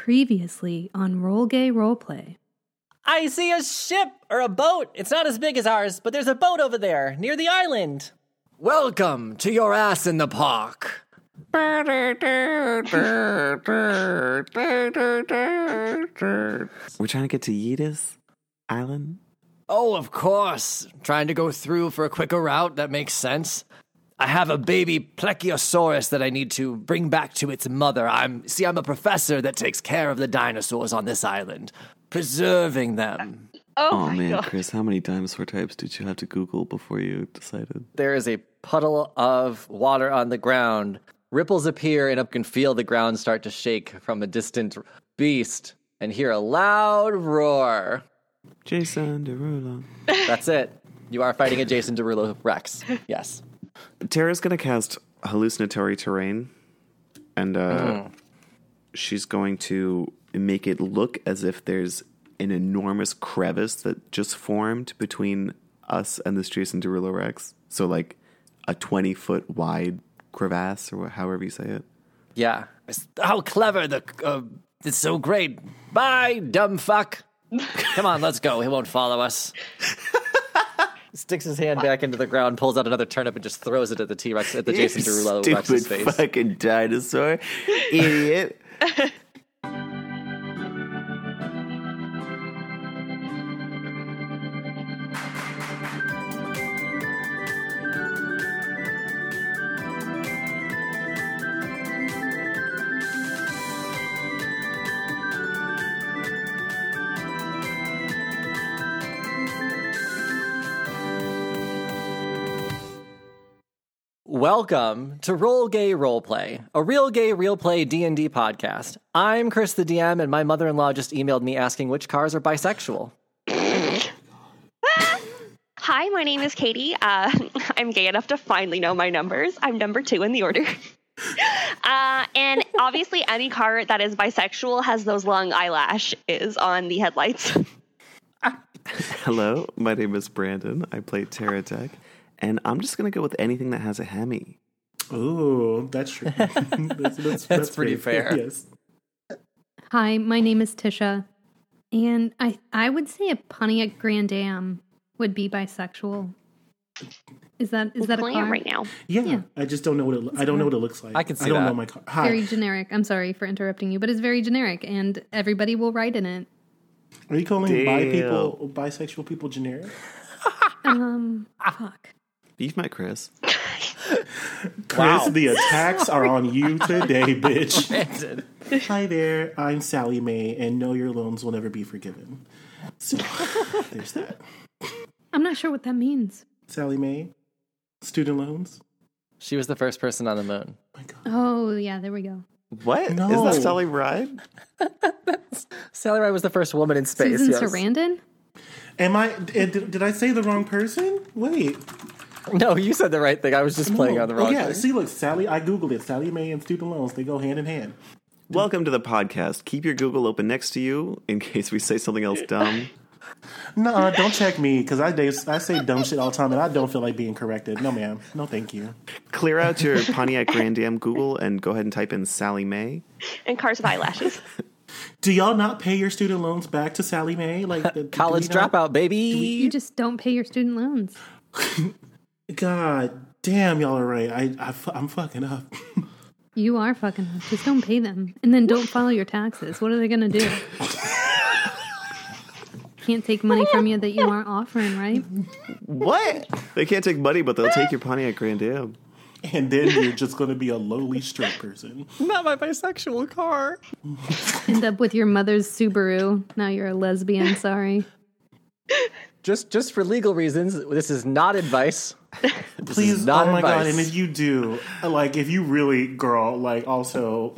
previously on Roll Gay Roleplay. I see a ship or a boat. It's not as big as ours, but there's a boat over there near the island. Welcome to your ass in the park. We're trying to get to Yeetus Island. Oh, of course. Trying to go through for a quicker route, that makes sense. I have a baby plechiosaurus that I need to bring back to its mother. I'm see, I'm a professor that takes care of the dinosaurs on this island, preserving them. Oh, Oh, my man, god. Chris, how many dinosaur types did you have to Google before you decided? There is a puddle of water on the ground. Ripples appear, and up can feel the ground start to shake from a distant beast and hear a loud roar. Jason Derulo. That's it. You are fighting a Jason Derulo Rex. Yes. Tara's gonna cast hallucinatory terrain, and uh, Mm-hmm. she's going to make it look as if there's an enormous crevice that just formed between us and this Jason Derulo Rex. So like a twenty foot wide crevasse, or however you say it. Yeah. How clever the uh, it's so great. Bye, dumb fuck. Come on, let's go. He won't follow us. Sticks his hand back into the ground, pulls out another turnip, and just throws it at the T Rex, at the Jason You Derulo stupid Rex's face. fucking dinosaur, idiot. Welcome to Roll Gay Roleplay, a real gay real play D&D podcast. I'm Chris the DM and my mother-in-law just emailed me asking which cars are bisexual. Hi, my name is Katie. Uh, I'm gay enough to finally know my numbers. I'm number two in the order. Uh, and obviously, any car that is bisexual has those long eyelash is on the headlights. Hello, my name is Brandon. I play Tara Deck, and I'm just gonna go with anything that has a Hemi. Ooh, that's true. that's, that's, That's pretty fair. Yes. Hi, my name is Tisha, and I I would say a Pontiac Grand Am would be bisexual. Is that is that a playing car? it right now. Yeah, I just don't know what it. Lo- I don't know what it looks like. I can see I don't that. know my car. Hi, Very generic. I'm sorry for interrupting you, but it's very generic, and everybody will write in it. are you calling bi Damn. people, bisexual people, generic? Um, Ah. fuck. Beef my Chris. Chris, the attacks are on you today, bitch. Hi there, I'm Sally Mae, and no, your loans will never be forgiven. So there's that. I'm not sure what that means. Sally Mae, student loans. She was the first person on the moon. Oh my God. Oh yeah, there we go. What? Is No. that Sally Ride? Sally Ride was the first woman in space. Susan yes. Sarandon. Am I? eh, Did, did I say the wrong person? Wait. No, you said the right thing. I was just playing on the wrong oh, yeah. thing. See, look, Sally. I googled it. Sally Mae and student loans. They go hand in hand. Welcome to the podcast. Keep your Google open next to you in case we say something else dumb. No, don't check me because I, day- I say dumb shit all the time and I don't feel like being corrected. No, ma'am. No, thank you. Clear out your Pontiac Grand Am Google and go ahead and type in Sally May. And cars with eyelashes. Do y'all not pay your student loans back to Sally Mae? Like the, do College we not- dropout, baby. You just don't pay your student loans. God damn, y'all are right. I, I fu- I'm fucking up. You are fucking up. Just don't pay them, and then don't follow your taxes. What are they gonna do? Can't take money from you that you aren't offering, right? What? They can't take money, but they'll take your Pontiac Grand Am. and then you're just going to be a lowly straight person. Not my bisexual car. End up with your mother's Subaru. Now you're a lesbian. Sorry. Just just for legal reasons, this is not advice. Please, not oh my god! advice. And if you do, like, if you really, girl, like, also,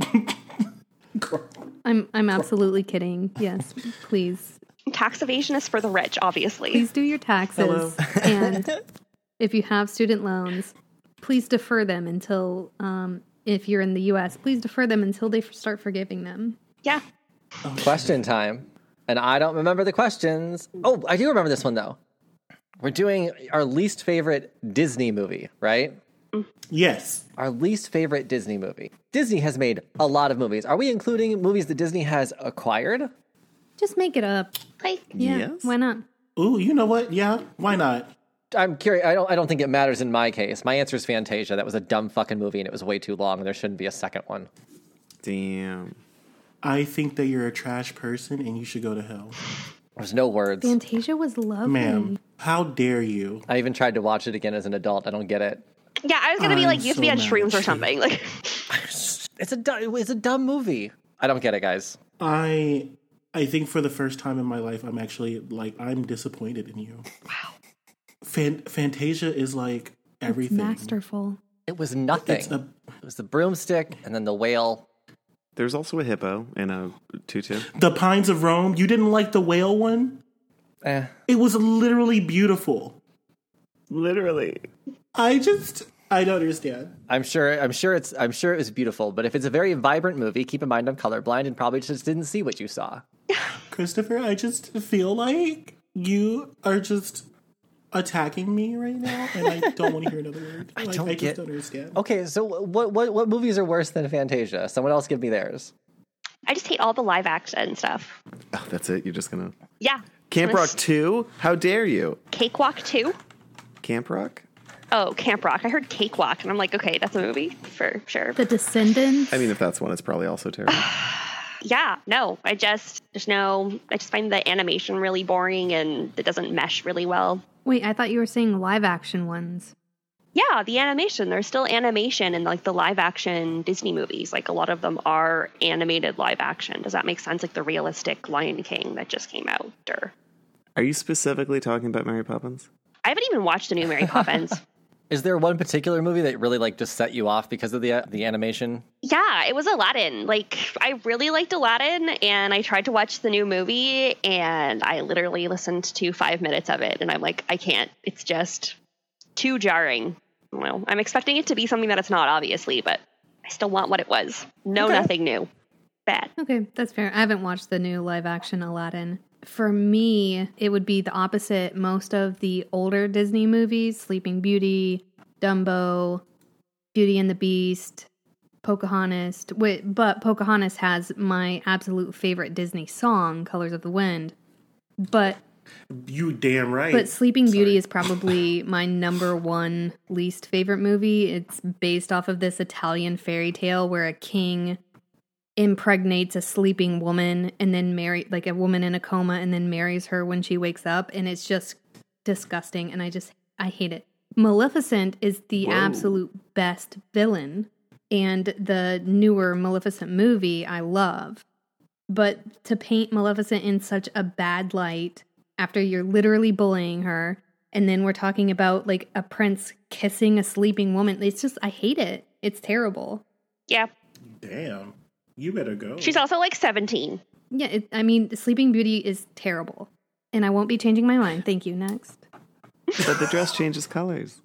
girl, I'm I'm absolutely kidding. Yes, please, Tax evasion is for the rich, obviously. please do your taxes, and if you have student loans, please defer them until. Um, if you're in the U.S., please defer them until they f- start forgiving them. Yeah. Question time. And I don't remember the questions. Oh, I do remember this one though. We're doing our least favorite Disney movie, right? Yes. Our least favorite Disney movie. Disney has made a lot of movies. Are we including movies that Disney has acquired? Just make it up. Like, Yeah. Yes. Why not? Ooh, you know what? Yeah, why not? I'm curious. I don't. I don't think it matters in my case. My answer is Fantasia. That was a dumb fucking movie, and it was way too long. And there shouldn't be a second one. Damn. I think that you're a trash person and you should go to hell. There's no words. Fantasia was lovely. Ma'am, how dare you? I even tried to watch it again as an adult. I don't get it. yeah, I was gonna be I'm like, you have to be so on mad shrooms at or you. something. Like, It's a. du- It's a dumb movie. I don't get it, guys. I I think for the first time in my life I'm actually like I'm disappointed in you. Wow. Fan- Fantasia is like It's everything. masterful. It was nothing. It's a it was the broomstick and then the whale. There's also a hippo and a tutu. The Pines of Rome. You didn't like the whale one? Eh. It was literally beautiful. Literally. I just I don't understand. I'm sure. I'm sure it's. I'm sure it was beautiful. But if it's a very vibrant movie, keep in mind I'm colorblind and probably just didn't see what you saw. Christopher, I just feel like you are just attacking me right now and I don't want to hear another word. I like don't I just get- Oh. don't understand. Okay, so what what what movies are worse than Fantasia? Someone else give me theirs. I just hate all the live action stuff. Oh, that's it. You're just gonna Yeah, Camp Gonna Rock Two. How dare you? Cakewalk Two. Camp Rock. Oh, Camp Rock. I heard Cakewalk, and I'm like, okay, that's a movie for sure. The Descendants. I mean, if that's one, it's probably also terrible. yeah, no, I just there's no. I just find the animation really boring, and it doesn't mesh really well. Wait, I thought you were saying live action ones. Yeah, the animation. There's still animation in like the live action Disney movies. Like a lot of them are animated live action. Does that make sense? Like the realistic Lion King that just came out. Or Are you specifically talking about Mary Poppins? I haven't even watched the new Mary Poppins. Is there one particular movie that really like just set you off because of the the animation? yeah, it was Aladdin. Like I really liked Aladdin, and I tried to watch the new movie, and I literally listened to five minutes of it, and I'm like, I can't. It's just too jarring. Well, I'm expecting it to be something that it's not, obviously, but I still want what it was. No, nothing new. Bad. Okay, that's fair. I haven't watched the new live action Aladdin. For me, it would be the opposite. Most of the older Disney movies, Sleeping Beauty, Dumbo, Beauty and the Beast, Pocahontas, wi- but Pocahontas has my absolute favorite Disney song, Colors of the Wind. But You damn right. but Sleeping Beauty is probably my number one least favorite movie. It's based off of this Italian fairy tale where a king impregnates a sleeping woman and then marry like a woman in a coma and then marries her when she wakes up and it's just disgusting and I just I hate it. Maleficent is the absolute best villain and the newer Maleficent movie I love. But to paint Maleficent in such a bad light after you're literally bullying her, and then we're talking about like a prince kissing a sleeping woman, it's just, I hate it. It's terrible. Yeah. damn. You better go. She's also like 17. Yeah, it, I mean, Sleeping Beauty is terrible. And I won't be changing my mind. Thank you. Next. But the dress changes colors.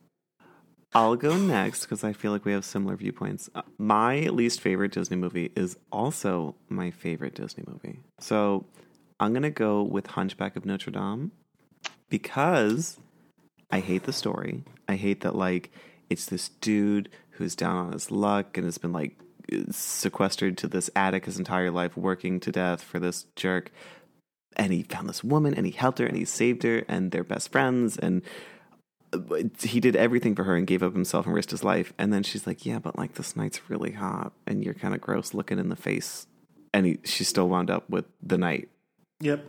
I'll go next because I feel like we have similar viewpoints. Uh, My least favorite Disney movie is also my favorite Disney movie. So I'm going to go with Hunchback of Notre Dame because I hate the story. I hate that, like, it's this dude who's down on his luck and has been, like, sequestered to this attic his entire life, working to death for this jerk and he found this woman and he helped her and he saved her and they're best friends and he did everything for her and gave up himself and risked his life and then she's like yeah but like this knight's really hot and you're kind of gross looking in the face and he, she still wound up with the knight yep.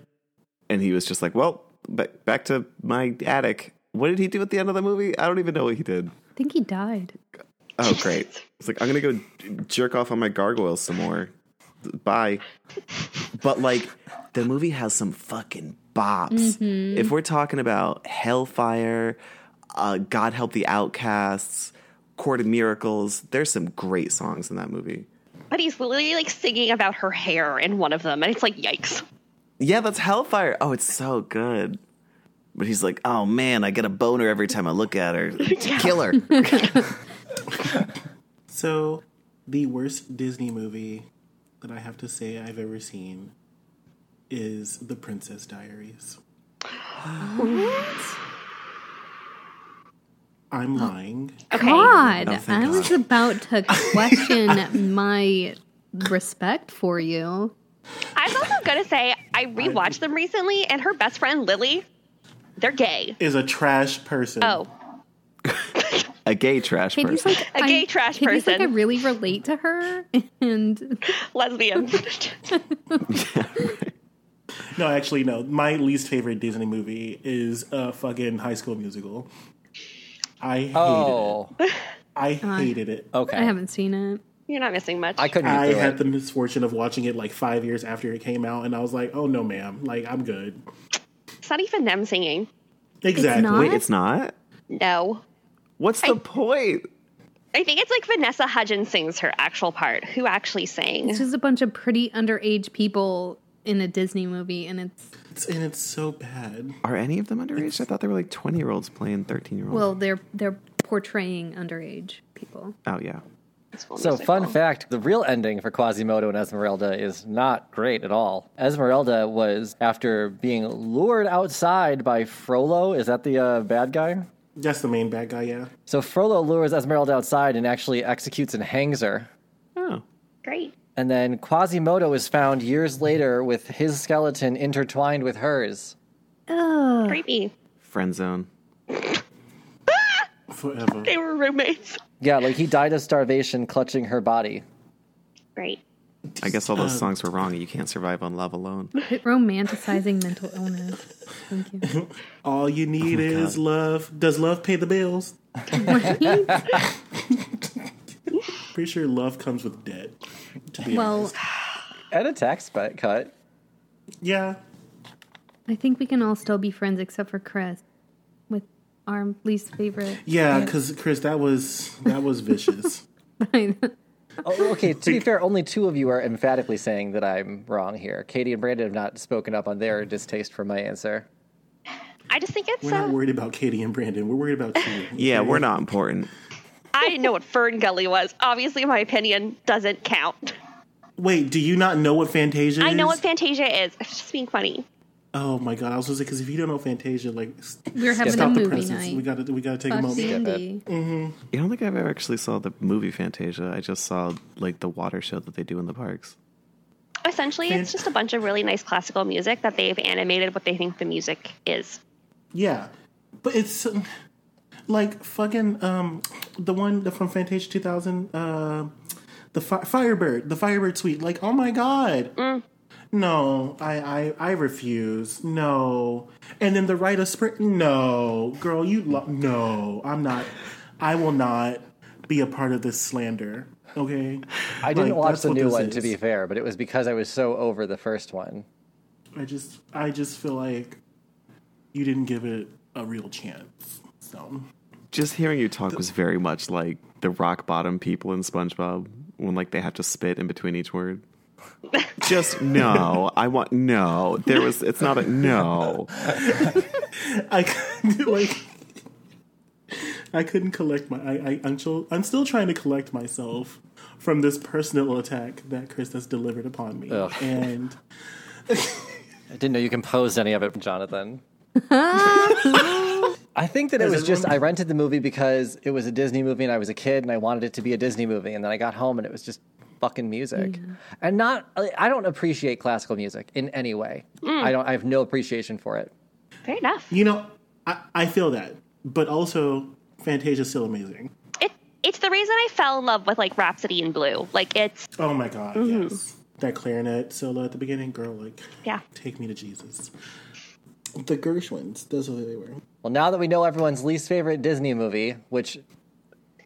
and he was just like well back, back to my attic what did he do at the end of the movie i don't even know what he did I think he died. oh great it's like i'm gonna go jerk off on my gargoyles some more bye but like the movie has some fucking bops. If we're talking about Hellfire, uh, God Help the Outcasts, Court of Miracles, there's some great songs in that movie. But he's literally like singing about her hair in one of them. And it's like, yikes. Yeah, that's Hellfire. Oh, it's so good. But he's like, oh man, I get a boner every time I look at her. Kill her. So, the worst Disney movie that I have to say I've ever seen is The Princess Diaries. I'm lying. Okay. God, Oh, thank I was about to question my respect for you. I was also gonna say I rewatched them recently, and her best friend Lily, they're gay. Is a trash person. Oh, A gay trash Katie's person. like A gay trash Katie's like I person. really relate to her, and lesbian. No, actually, no. My least favorite Disney movie is uh, fucking High School Musical. I hated it. Oh, I hated it. okay. I haven't seen it. You're not missing much. I couldn't. I do had it. the misfortune of watching it like five years after it came out, and I was like, "Oh no, ma'am! Like I'm good." it's not even them singing. Exactly. not? Wait, it's not? No. What's the point? I think it's like Vanessa Hudgens sings her actual part. Who actually sang? It's just a bunch of pretty underage people in a Disney movie, and it's It's- and it's so bad. Are any of them underage? I thought they were like 20 year olds playing 13 year olds. well, they're they're portraying underage people. oh, yeah. So, fun fact the real ending for Quasimodo and Esmeralda is not great at all. Esmeralda was, after being lured outside by Frollo, is that the uh, bad guy? That's the main bad guy. Yeah. So, Frollo lures Esmeralda outside and actually executes and hangs her. Oh. Great. And then Quasimodo is found years later with his skeleton intertwined with hers. Uh. Oh, Creepy. Friend zone. Forever. They were roommates. Yeah, like he died of starvation clutching her body. Great. I guess all those songs were wrong. You can't survive on love alone. quit romanticizing mental illness. Thank you. All you need Oh is love. Does love pay the bills? Pretty sure love comes with debt. To be Well, honest. And a tax bu- cut. yeah. I think we can all still be friends except for Chris, with our least favorite. Yeah, because Chris, that was that was vicious. Oh, okay, to be fair, only two of you are emphatically saying that I'm wrong here. Katie and Brandon have not spoken up on their distaste for my answer. I just think it's. We're not Uh, worried about Katie and Brandon. We're worried about you. Yeah, we're not important. I didn't know what Fern Gully was. Obviously, my opinion doesn't count. Wait, do you not know what Fantasia is? I know what Fantasia is. I'm just being funny. Oh my god, I was gonna say because if you don't know Fantasia, like s- We're having a stop the movie presses. We night. gotta we gotta take a Fuck moment. Sandy. You don't think I've ever actually saw the movie Fantasia. I just saw like the water show that they do in the parks. Essentially, it's just a bunch of really nice classical music that they've animated what they think the music is. Yeah, but it's um, like fucking um the one that from Fantasia 2000, uh, the fi- Firebird, the Firebird suite. Like, oh my god. No, I, I I refuse. No, and then the right of sprint. No, girl, you lo- no. I'm not. I will not be a part of this slander. Okay. I didn't Like, watch that's the what new this one, to is. be fair, but it was because I was so over the first one. I just I just feel like you didn't give it a real chance. So Just hearing you talk was very much like the rock bottom people in SpongeBob when like they have to spit in between each word. Just no, I want no. There was it's not a no. I couldn't, like I couldn't collect my I, I I'm still I'm still trying to collect myself from this personal attack that Chris has delivered upon me. Ugh. And I didn't know you composed any of it, Jonathan. I think that it was just I rented the movie because it was a Disney movie and I was a kid and I wanted it to be a Disney movie and then I got home and it was just fucking music. And not I I don't appreciate classical music in any way. I don't I have no appreciation for it. Fair enough. you know, I, I feel that. But also Fantasia's still amazing. It, it's the reason I fell in love with like Rhapsody in Blue. Like it's Oh my god, yes. That clarinet solo at the beginning, girl, like yeah. take me to Jesus. The Gershwins, that's what they were. Well, now that we know everyone's least favorite Disney movie, which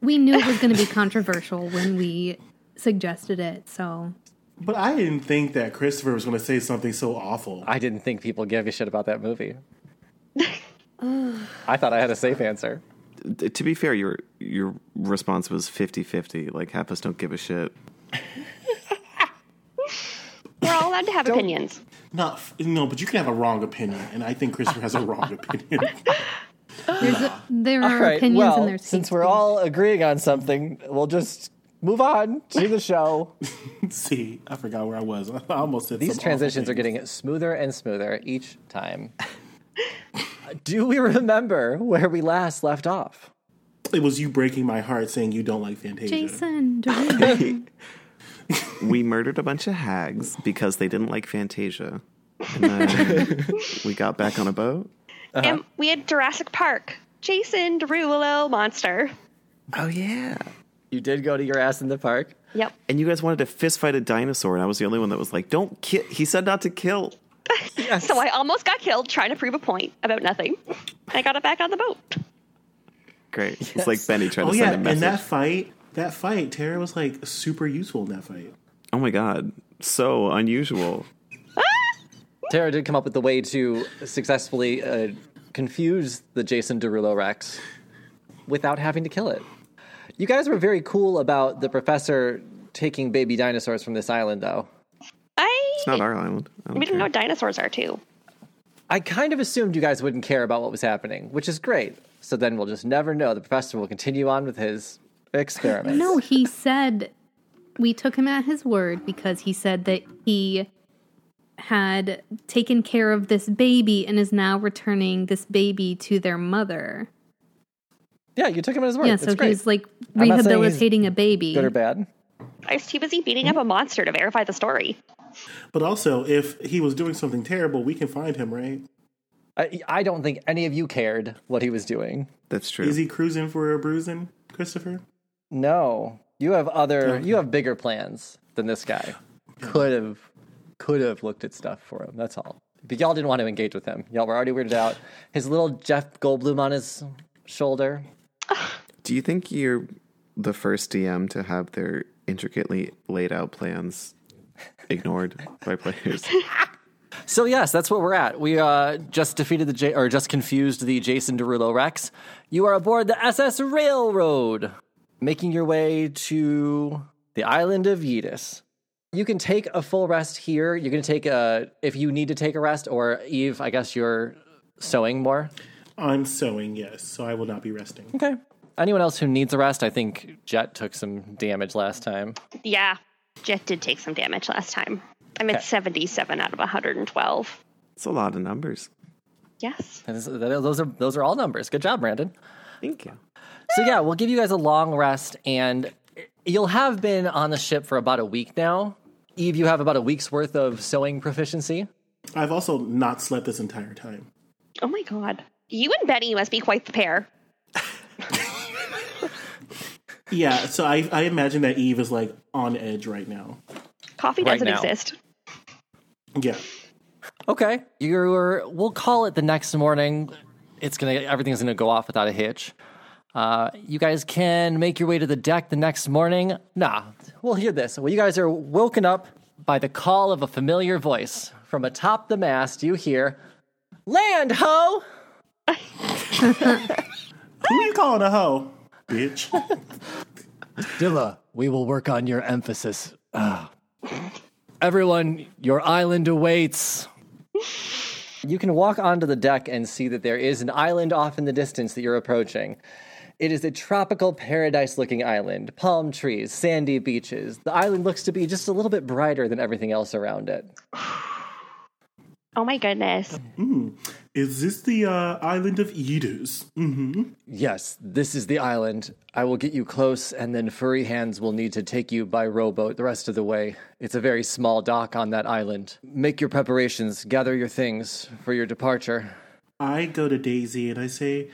We knew it was going to be controversial when we suggested it, so But I didn't think that Christopher was going to say something so awful. I didn't think people gave a shit about that movie. I thought I had a safe answer. Th- To be fair, your your response was 50-50. Like half us don't give a shit. We're all allowed to have opinions. Not f- no, but you can have a wrong opinion, and I think Christopher has a wrong opinion. there's a, there are All right. opinions well, and there's since hate we're speech. all agreeing on something, we'll just move on to the show. See, I forgot where I was. I almost said some These awful transitions are thing. getting smoother and smoother each time. Do we remember where we last left off? It was you breaking my heart saying you don't like Fantasia. Jason Derulo. we murdered a bunch of hags because they didn't like Fantasia. And then we got back on a boat. And we had Jurassic Park. Jason Derulo monster. Oh yeah. You did go to your ass in the park. Yep. And you guys wanted to fist fight a dinosaur, and I was the only one that was like, "Don't kill." He said not to kill. So I almost got killed trying to prove a point about nothing. I got it back on the boat. Great. It's like Benny trying Oh to yeah, send a message. and that fight, that fight, Tara was like super useful in that fight. oh my god, so unusual. Ah! Tara did come up with the way to successfully uh, confuse the Jason Derulo Rex without having to kill it. You guys were very cool about the professor taking baby dinosaurs from this island, though. I It's not our island. I don't we didn't know care. dinosaurs are too. I kind of assumed you guys wouldn't care about what was happening, which is great. So then we'll just never know. The professor will continue on with his experiment. No, he said we took him at his word because he said that he had taken care of this baby and is now returning this baby to their mother. Yeah, you took him at his word. yeah, That's so great. he's like I'm not saying he's rehabilitating a baby. good or bad. I was too busy beating up a monster to verify the story. But also, if he was doing something terrible, we can find him, right? I, I don't think any of you cared what he was doing. That's true. Is he cruising for a bruising, Christopher? No, you have other, you have bigger plans than this guy. Could have, could have looked at stuff for him. That's all. But y'all didn't want to engage with him. Y'all were already weirded out. His little Jeff Goldblum on his shoulder. Do you think you're the first DM to have their intricately laid out plans ignored by players? So yes, that's where we're at. We uh, just defeated the J- or just confused the Jason Derulo Rex. You are aboard the SS Railroad, making your way to the island of Yidis. You can take a full rest here. You're going to take a, if you need to take a rest, or Eve, I guess you're sewing more. I'm sewing, yes, so I will not be resting. Okay. Anyone else who needs a rest? I think Jet took some damage last time. Yeah, Jet did take some damage last time. I'm at 77 out of 112. It's a lot of numbers. Yes. That is- that- those are those are all numbers. Good job, Brandon. Thank you. So yeah, we'll give you guys a long rest, and you'll have been on the ship for about a week now. Eve, you have about a week's worth of sewing proficiency. I've also not slept this entire time. Oh my god. You and Benny must be quite the pair. Yeah, so I, I imagine that Eve is like on edge right now. Coffee Right doesn't now. exist. Yeah. Okay, you're. We'll call it the next morning. It's gonna. Everything's gonna go off without a hitch. Uh, you guys can make your way to the deck the next morning. Nah, we'll hear this. Well, you guys are woken up by the call of a familiar voice from atop the mast. You hear, "Land ho!" Who you calling a hoe? Bitch. Dilla, we will work on your emphasis. Ah. Everyone, your island awaits. You can walk onto the deck and see that there is an island off in the distance that you're approaching. It is a tropical paradise looking island, palm trees, sandy beaches. The island looks to be just a little bit brighter than everything else around it. Oh my goodness. Is this the uh, island of Eaters? Mm-hmm. Yes, this is the island. I will get you close, and then furry hands will need to take you by rowboat the rest of the way. It's a very small dock on that island. Make your preparations, gather your things for your departure. I go to Daisy and I say,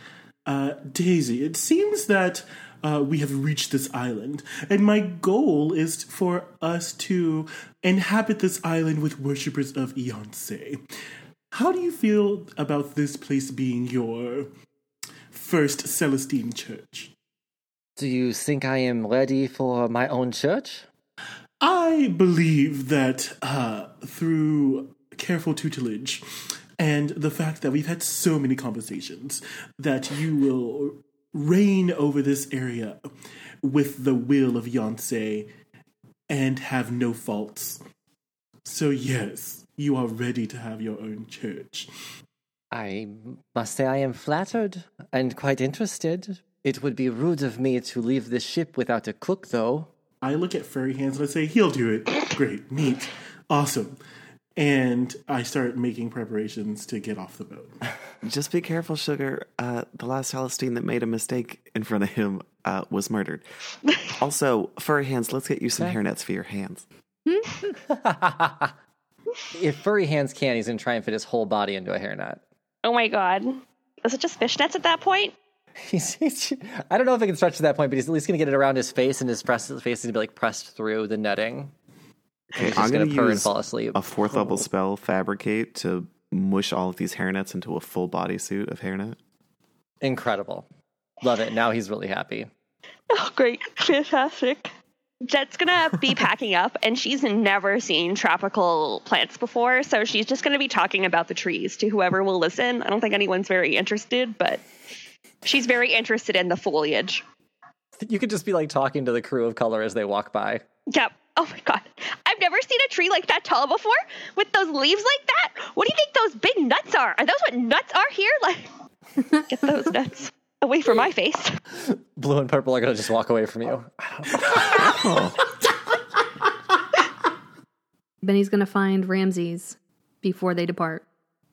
uh, Daisy, it seems that uh, we have reached this island, and my goal is for us to inhabit this island with worshippers of Eonce. How do you feel about this place being your first Celestine church? Do you think I am ready for my own church? I believe that uh, through careful tutelage and the fact that we've had so many conversations, that you will reign over this area with the will of Yonsei and have no faults. So yes, you are ready to have your own church. I must say I am flattered and quite interested. It would be rude of me to leave this ship without a cook, though. I look at furry hands and I say, "He'll do it. Great, neat, awesome." and I start making preparations to get off the boat. Just be careful, sugar. Uh, the last Celestine that made a mistake in front of him uh, was murdered. also, furry hands. Let's get you some hair nets for your hands. If furry hands can, he's gonna try and fit his whole body into a hairnet. Oh my god. Is it just fishnets at that point? He's, he's, I don't know if it can stretch to that point, but he's at least gonna get it around his face, and his press, his face is gonna be like pressed through the netting. Okay, He's I'm just gonna, gonna, purr and use fall asleep. a fourth level spell, fabricate, to mush all of these hairnets into a full bodysuit of hairnet. Incredible, love it. Now he's really happy. Oh, great. Fantastic. Jet's gonna be packing up, and she's never seen tropical plants before, so she's just gonna be talking about the trees to whoever will listen. I don't think anyone's very interested, but she's very interested in the foliage. You could just be like talking to the crew of color as they walk by. Yep. Oh my god. I've never seen a tree like that tall before with those leaves like that. What do you think those big nuts are? Are those what nuts are here? Like, get those nuts away from my face. Blue and purple are gonna just walk away from you. Benny's gonna find Ramses before they depart.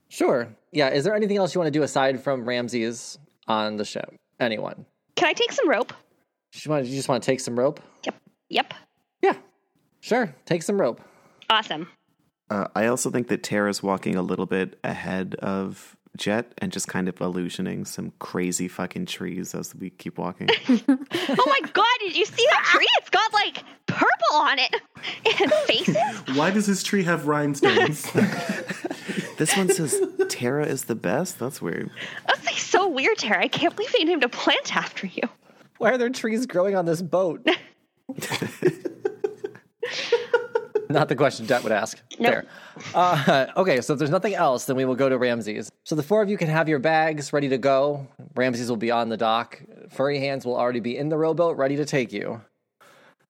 Sure. Yeah. Is there anything else you want to do aside from Ramses on the ship? Anyone? Can I take some rope? You just want, you just want to take some rope? Yep. Yep. Yeah. Sure. Take some rope. Awesome. Uh, I also think that Tara's walking a little bit ahead of Jet and just kind of illusioning some crazy fucking trees as we keep walking. Oh my god, did you see that tree? It's got like purple on it and faces. Why does this tree have rhinestones? this one says Tara is the best. That's weird. That's like so weird, Tara. I can't believe they named a plant after you. Why are there trees growing on this boat? Not the question Jet would ask. No. Fair. Uh, okay, so if there's nothing else, then we will go to Ramses. So the four of you can have your bags ready to go. Ramses will be on the dock. Furry hands will already be in the rowboat, ready to take you.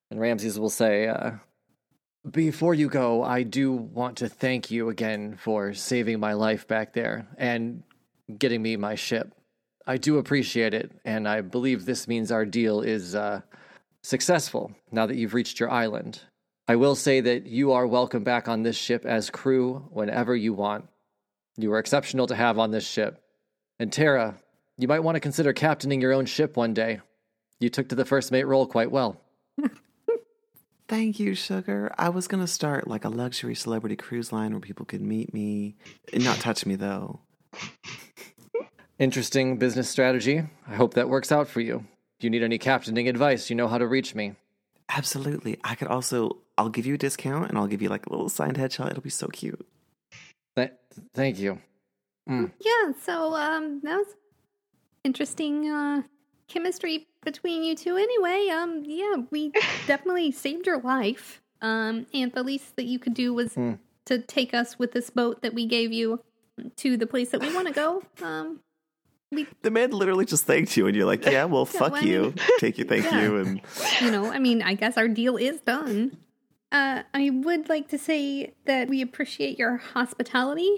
And Ramses will say, uh, Before you go, I do want to thank you again for saving my life back there and getting me my ship. I do appreciate it, and I believe this means our deal is uh, successful now that you've reached your island. I will say that you are welcome back on this ship as crew whenever you want. You are exceptional to have on this ship. And Tara, you might want to consider captaining your own ship one day. You took to the first mate role quite well. Thank you, sugar. I was gonna start like a luxury celebrity cruise line where people could meet me, not touch me though. Interesting business strategy. I hope that works out for you. If you need any captaining advice, you know how to reach me. Absolutely. I could also. I'll give you a discount and I'll give you like a little signed headshot. It'll be so cute. Th- thank you. Yeah, so um that was interesting uh chemistry between you two anyway. Um yeah, we definitely saved your life. Um and the least that you could do was Hmm. to take us with this boat that we gave you to the place that we want to go. Um The man literally just thanked you, and you're like, "Yeah, well, fuck well, I you. mean- Take you, thank Yeah. you." And you know, I mean, I guess our deal is done. Uh, I would like to say that we appreciate your hospitality,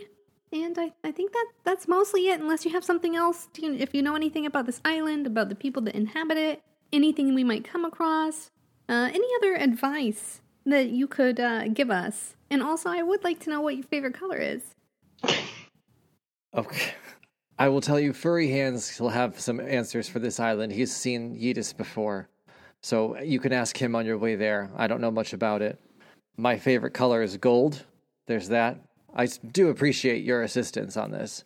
and I, I think that that's mostly it. Unless you have something else, do you, if you know anything about this island, about the people that inhabit it, anything we might come across, uh, any other advice that you could uh, give us. And also, I would like to know what your favorite color is. Okay. I will tell you, Furry Hands will have some answers for this island. He's seen Yeetus before, so you can ask him on your way there. I don't know much about it. My favorite color is gold. There's that. I s- do appreciate your assistance on this.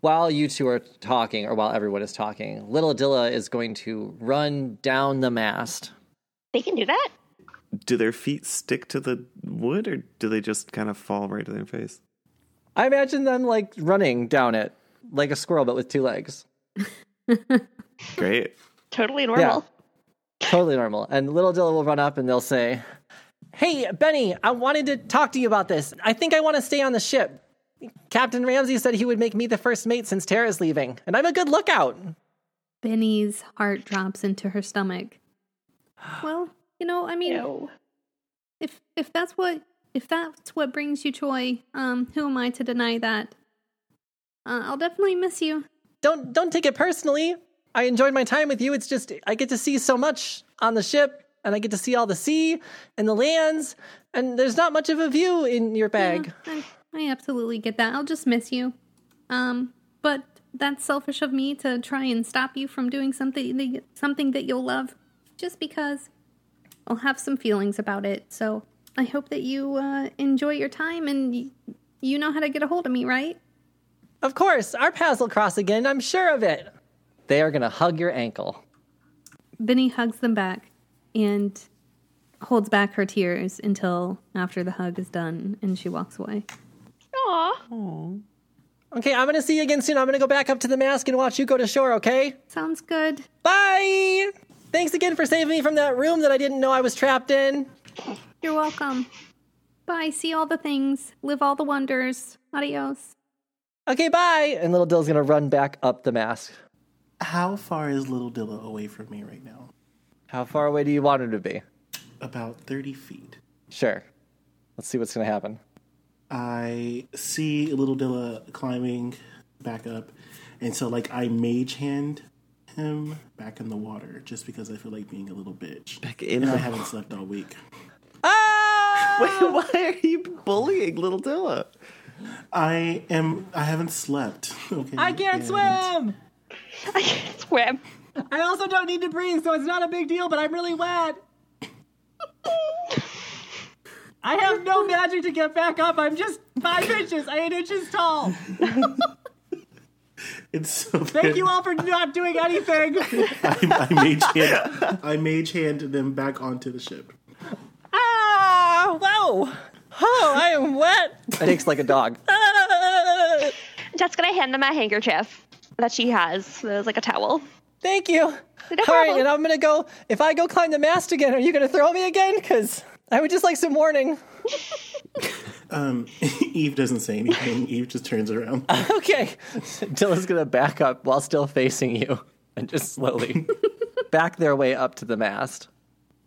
While you two are talking, or while everyone is talking, Little Dilla is going to run down the mast. They can do that? do their feet stick to the wood, or do they just kind of fall right to their face? I imagine them like running down it, like a squirrel, but with two legs. Great. Totally normal. Totally normal. And little Dilla will run up and they'll say, Hey, Benny, I wanted to talk to you about this. I think I want to stay on the ship. Captain Ramsey said he would make me the first mate since Tara's leaving, and I'm a good lookout. Benny's heart drops into her stomach. Well, you know, I mean, Ew. if if that's what if that's what brings you joy, um, who am I to deny that? Uh, I'll definitely miss you. Don't don't take it personally. I enjoyed my time with you. It's just I get to see so much on the ship. and I get to see all the sea and the lands, and there's not much of a view in your bag. I, I absolutely get that. I'll just miss you. Um, but that's selfish of me to try and stop you from doing something that you, something that you'll love, just because I'll have some feelings about it. So I hope that you uh, enjoy your time and y- you know how to get a hold of me, right? Of course, our paths will cross again, I'm sure of it. They are gonna hug your ankle. Benny hugs them back and holds back her tears until after the hug is done and she walks away. Aw. Okay, I'm gonna see you again soon. I'm gonna go back up to the mask and watch you go to shore, okay? Sounds good. Bye! Thanks again for saving me from that room that I didn't know I was trapped in. You're welcome. Bye. See all the things. Live all the wonders. Adios. Okay, bye! And little Dill's gonna run back up the mask. How far is Little Dilla away from me right now? How far away do you want her to be? About 30 feet. Sure. Let's see what's gonna happen. I see Little Dilla climbing back up, and so like I mage hand him back in the water just because I feel like being a little bitch. Back in and I the- haven't slept all week. Ah! Wait, why are you bullying little Dilla? I am. I haven't slept. Okay. I can't and- swim! I can't swim. I also don't need to breathe, so it's not a big deal, but I'm really wet. I have no magic to get back up. I'm just five inches, eight inches tall. It's so. Thank you all for not doing anything. I, I mage hand. I mage hand them back onto the ship. Ah, whoa. Oh, I am wet. It aches like a dog. Ah, Jet's gonna hand him a handkerchief that she has. There's like a towel. thank you. No all right, problem. and I'm going to go. If I go climb the mast again, are you going to throw me again? Because I would just like some warning. Eve doesn't say anything. Eve just turns around. Okay. Dilla's going to back up while still facing you and just slowly back their way up to the mast.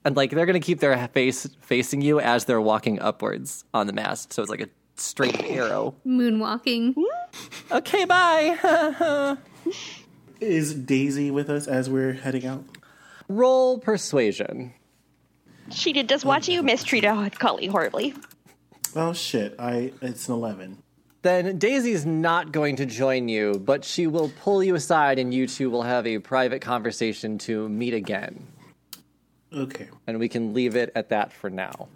And like they're going to keep their face facing you as they're walking upwards on the mast. So it's like a straight arrow. Moonwalking. Okay, bye. Is Daisy with us as we're heading out? Roll persuasion. She did just watch you mistreat a collie horribly. Oh shit! I. It's an eleven. Then Daisy's not going to join you, but she will pull you aside and you two will have a private conversation to meet again. Okay. And we can leave it at that for now.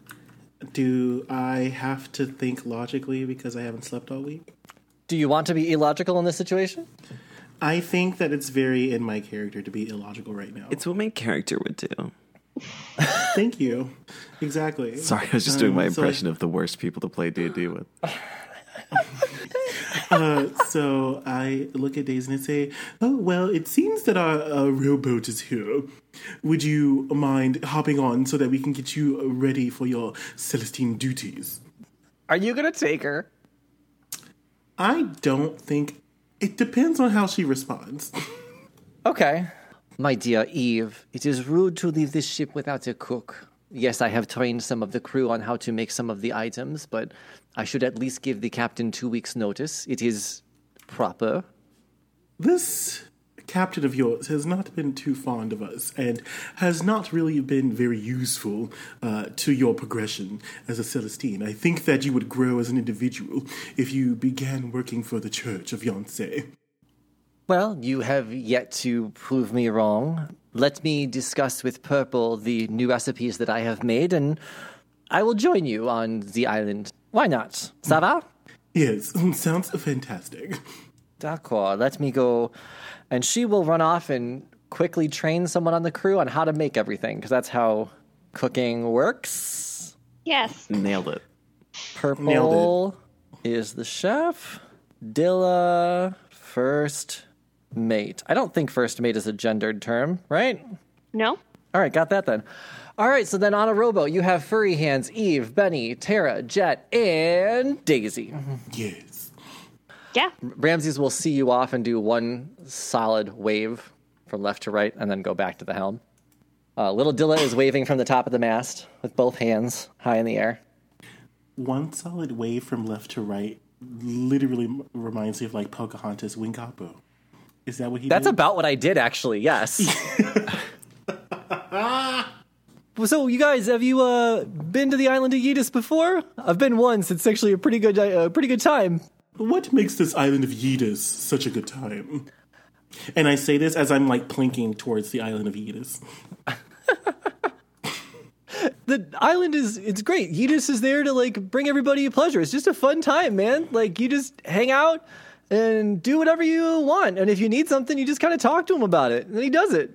Do I have to think logically because I haven't slept all week? Do you want to be illogical in this situation? I think that it's very in my character to be illogical right now. It's what my character would do. Thank you. Exactly. Sorry, I was just doing my Um, so I- impression of the worst people to play D&D with. So I look at Daisy and say, "Oh well, it seems that our uh, rowboat is here. Would you mind hopping on so that we can get you ready for your Celestine duties?" Are you going to take her? I don't think it depends on how she responds. Okay. My dear Eve, it is rude to leave this ship without a cook. Yes, I have trained some of the crew on how to make some of the items, but I should at least give the captain two weeks' notice. It is proper. This captain of yours has not been too fond of us and has not really been very useful uh, to your progression as a Celestine. I think that you would grow as an individual if you began working for the Church of Yonsei. Well, you have yet to prove me wrong. Let me discuss with Purple the new recipes that I have made, and I will join you on the island. Why not? Ça va? Yes, sounds fantastic. D'accord, let me go. And she will run off and quickly train someone on the crew on how to make everything, because that's how cooking works. Yes. Nailed it. Purple is the chef. Dilla, first mate. I don't think first mate is a gendered term, right? No? All right, got that then. All right, so then on a rowboat, you have Furry Hands, Eve, Benny, Tara, Jet, and Daisy. Yes. Yeah. Ramses will see you off and do one solid wave from left to right and then go back to the helm. Uh, little Dilla is waving from the top of the mast with both hands high in the air. One solid wave from left to right literally m- reminds me of like Pocahontas Wingapu. Is that what he That's did? about what I did, actually, yes. so you guys, have you uh, been to the island of Yeetus before? I've been once. It's actually a pretty good, uh, pretty good time. What makes this island of Yeetus such a good time? And I say this as I'm like plinking towards the island of Yeetus. The island is it's great. Yeetus is there to like bring everybody pleasure. It's just a fun time, man. Like you just hang out and do whatever you want. And if you need something, you just kind of talk to him about it, and then he does it.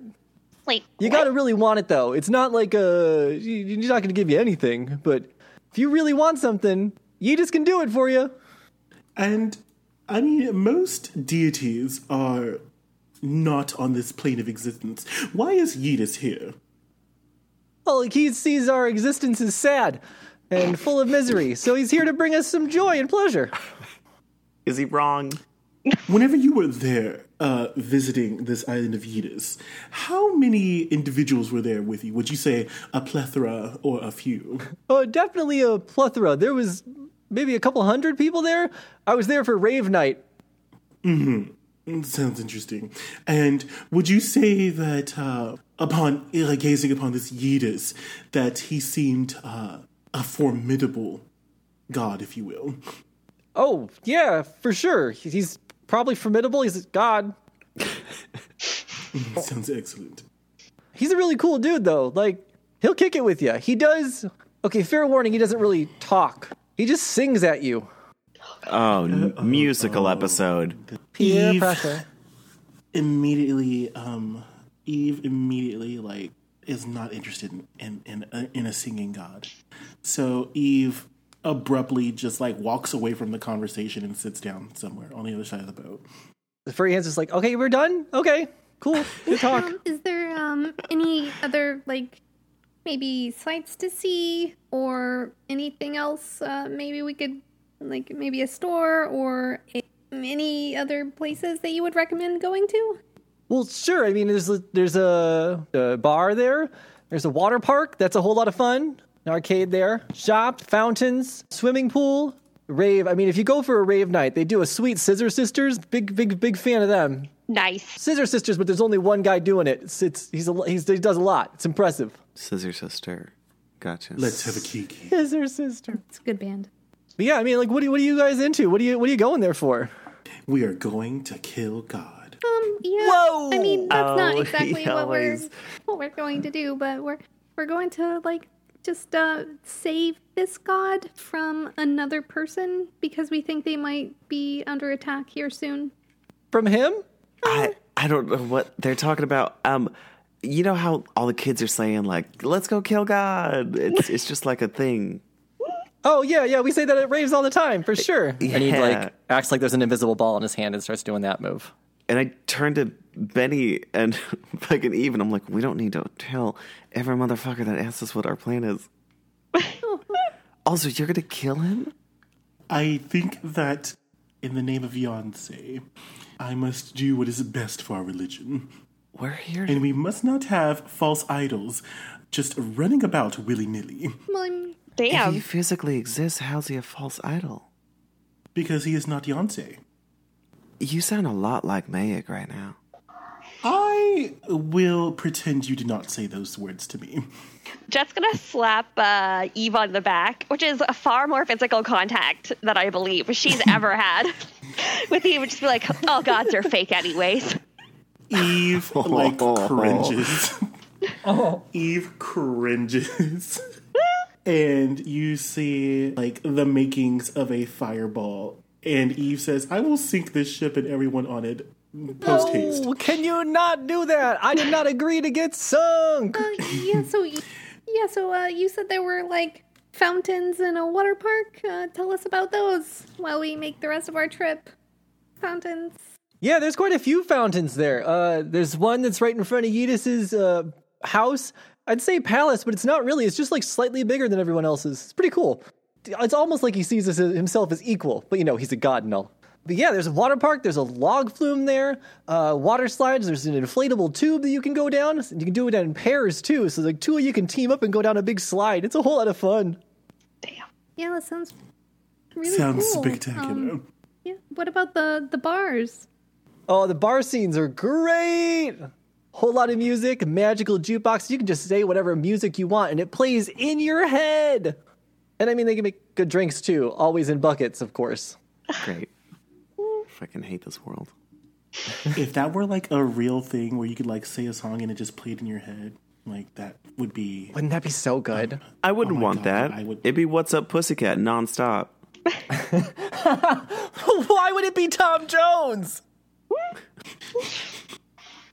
Like You what? got to really want it though. It's not like uh you- he's not going to give you anything, but if you really want something, Yeetus can do it for you. And I mean, most deities are not on this plane of existence. Why is Yeetus here? Well, like he sees our existence is sad and full of misery, so he's here to bring us some joy and pleasure. Is he wrong? Whenever you were there uh, visiting this island of Yeetus, how many individuals were there with you? Would you say a plethora or a few? Oh, definitely a plethora. There was maybe a couple hundred people there. I was there for rave night. Sounds interesting. And would you say that uh, upon uh, gazing upon this Yeetus, that he seemed uh, a formidable god, if you will? Oh, yeah, for sure. He's probably formidable. He's a god. Sounds excellent. He's a really cool dude, though. Like, he'll kick it with you. He does. Okay, fair warning, he doesn't really talk. He just sings at you. Oh, n- musical episode. Eve immediately, um, Eve immediately like is not interested in in in a, in a singing god. So Eve abruptly just like walks away from the conversation and sits down somewhere on the other side of the boat. The furry hand's just like, okay, we're done. Okay, cool. Good talk. Um, is there um any other like maybe sights to see or anything else? Uh, maybe we could like maybe a store or a, any other places that you would recommend going to? Well, sure. I mean, there's a, there's a, a bar there. There's a water park. That's a whole lot of fun. An arcade there. Shop, fountains, swimming pool, rave. I mean, if you go for a rave night, they do a sweet Scissor Sisters. Big, big, big fan of them. nice. Scissor Sisters, but there's only one guy doing it. It's, it's he's, a, he's he does a lot. It's impressive. Scissor sister. Gotcha. Let's have a kiki. Scissor Sister. It's a good band. But yeah, I mean, like, what do you- what are you guys into? What do you what are you going there for? We are going to kill God. Um, yeah. Whoa! I mean, that's not Oh, exactly he what we're always- what we're going to do, but we're we're going to like just uh save this god from another person because we think they might be under attack here soon. From him? I, I don't know what they're talking about. Um, you know how all the kids are saying like, "Let's go kill God." It's it's just like a thing. Oh yeah, yeah. We say that at raves all the time, for sure. And he Yeah. like acts like there's an invisible ball in his hand and starts doing that move. And I turned to Benny and fucking Eve, and I'm like, "We don't need to tell every motherfucker that asks us what our plan is." also, you're gonna kill him. I think that in the name of Yonsei, I must do what is best for our religion. We're here. And we must not have false idols just running about willy nilly. Well, I'm- if he Damn. physically exists, how's he a false idol? Because he is not Yonsei. You sound a lot like Mayek right now. I will pretend you did not say those words to me. Jet's gonna slap uh, Eve on the back, which is a far more physical contact than I believe she's ever had with Eve. Would just be like, oh, gods are fake anyways. Eve like cringes. Oh. Eve cringes. and you see like the makings of a fireball. And Eve says, I will sink this ship and everyone on it post haste. Oh, can you not do that? I did not agree to get sunk. uh, yeah, so y- yeah, so uh, you said there were like fountains in a water park. Uh, tell us about those while we make the rest of our trip. Fountains. Yeah, there's quite a few fountains there. Uh, there's one that's right in front of Yeetus's uh, house. I'd say palace, but it's not really. It's just like slightly bigger than everyone else's. It's pretty cool. It's almost like he sees us- himself as equal, but you know, he's a god and all. But yeah, there's a water park. There's a log flume there. Uh, water slides. There's an inflatable tube that you can go down. You can do it in pairs too. So like two of you can team up and go down a big slide. It's a whole lot of fun. Damn. Yeah, that sounds really Sounds cool. spectacular. Um, yeah. What about the the bars? Oh, the bar scenes are great. whole lot of music, magical jukebox. You can just say whatever music you want and it plays in your head. And I mean, they can make good drinks too, always in buckets, of course. Great. Fucking hate this world. If that were like a real thing where you could like say a song and it just played in your head, like that would be Wouldn't that be so good? I wouldn't my want God, that. I would- It'd be "What's Up, Pussycat" nonstop. Why would it be Tom Jones?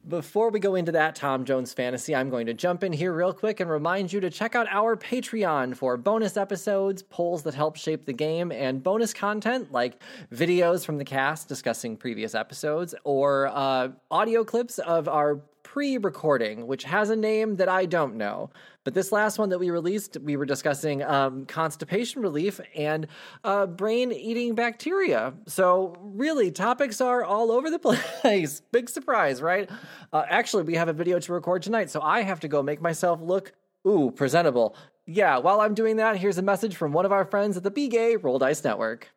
Before we go into that Tom Jones fantasy, I'm going to jump in here real quick and remind you to check out our Patreon for bonus episodes, polls that help shape the game, and bonus content like videos from the cast discussing previous episodes or uh, audio clips of our pre recording, which has a name that I don't know. But this last one that we released, we were discussing um, constipation relief and uh, brain eating bacteria. So, really, topics are all over the place. Big surprise, right? Uh, actually, we have a video to record tonight, so I have to go make myself look, ooh, presentable. Yeah, while I'm doing that, here's a message from one of our friends at the Be Gay Roll Dice Network.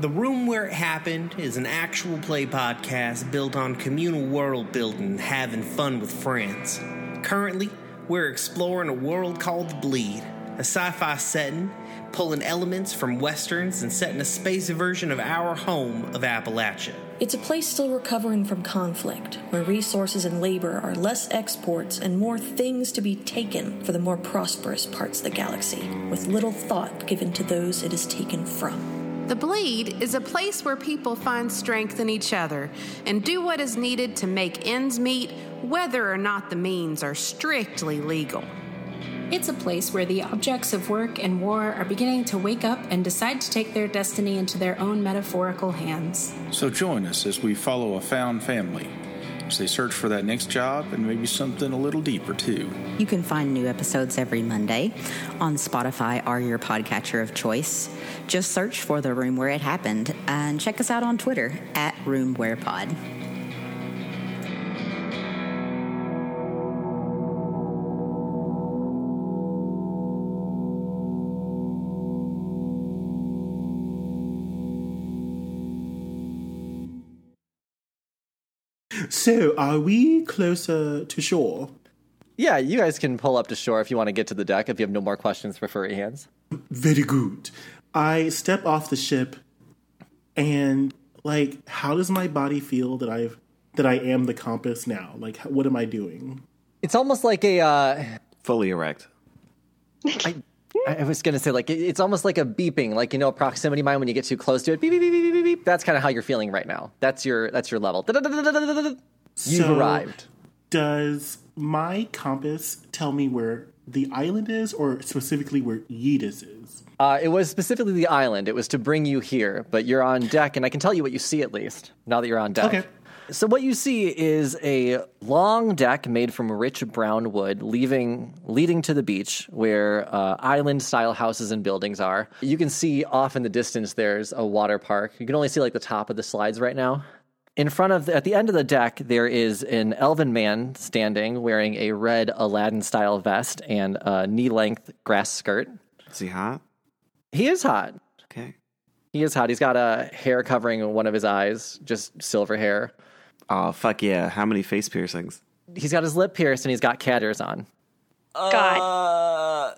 The Room Where It Happened is an actual play podcast built on communal world building and having fun with friends. Currently, we're exploring a world called The Bleed, a sci fi setting, pulling elements from westerns and setting a space version of our home of Appalachia. It's a place still recovering from conflict, where resources and labor are less exports and more things to be taken for the more prosperous parts of the galaxy, with little thought given to those it is taken from. The Bleed is a place where people find strength in each other and do what is needed to make ends meet, whether or not the means are strictly legal. It's a place where the objects of work and war are beginning to wake up and decide to take their destiny into their own metaphorical hands. So join us as we follow a found family as they search for that next job and maybe something a little deeper too. You can find new episodes every Monday on Spotify or your podcatcher of choice. Just search for The Room Where It Happened and check us out on Twitter at Room Where Pod. So, are we closer to shore? Yeah, you guys can pull up to shore if you want to get to the deck if you have no more questions for furry hands. Very good. I step off the ship, and like, how does my body feel that I've that I am the compass now? Like, h- what am I doing? It's almost like a uh, Fully erect. I I was gonna say like it- it's almost like a beeping, like you know, a proximity mine when you get too close to it. Beep beep beep beep beep beep. beep. That's kind of how you're feeling right now. That's your that's your level. Da-da-da-da-da-da-da. You've So- arrived. Does my compass tell me where the island is, or specifically where Yetis is? Uh, it was specifically the island. It was to bring you here, but you're on deck, and I can tell you what you see at least now that you're on deck. Okay. So what you see is a long deck made from rich brown wood, leaving leading to the beach, where uh, island-style houses and buildings are. You can see off in the distance there's a water park. You can only see like the top of the slides right now. In front of, at the end of the deck, there is an elven man standing wearing a red Aladdin-style vest and a knee-length grass skirt. Is he hot? He is hot. Okay. He is hot. He's got a hair covering one of his eyes, just silver hair. Oh fuck yeah! How many face piercings? He's got his lip pierced and he's got cat ears on. Uh, God.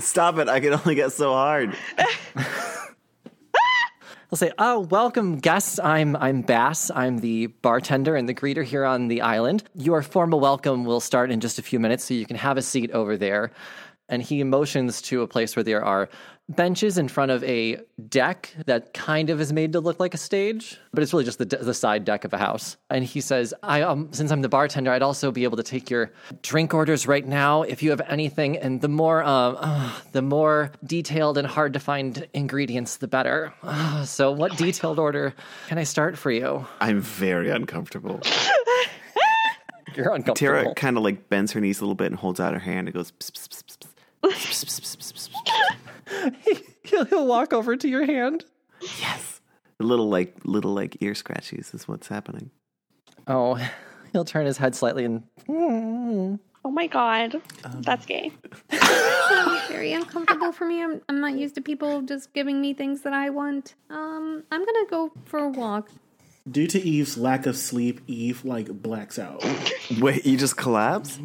Stop it! I can only get so hard. He'll say, "Oh, welcome, guests. I'm I'm Bass. I'm the bartender and the greeter here on the island. Your formal welcome will start in just a few minutes, so you can have a seat over there." And he motions to a place where there are benches in front of a deck that kind of is made to look like a stage, but it's really just the, the side deck of a house. And he says, "I um, since I'm the bartender, I'd also be able to take your drink orders right now if you have anything. And the more um, uh, the more detailed and hard to find ingredients, the better. Ah, so, what detailed order can I start for you? I'm very uncomfortable. You're uncomfortable. Tara kind of like bends her knees a little bit and holds out her hand and goes. "Psst, psst, psst, psst, psst." Psst, psst, psst, psst, psst, psst. he'll, he'll walk over to your hand. Little like little like ear scratchies is what's happening. Oh, he'll turn his head slightly and Oh my god, um, that's gay. It's very uncomfortable for me. I'm, I'm not used to people just giving me things that I want. Um, I'm gonna go for a walk. Due to Eve's lack of sleep, Eve like blacks out. Wait, you just collapse?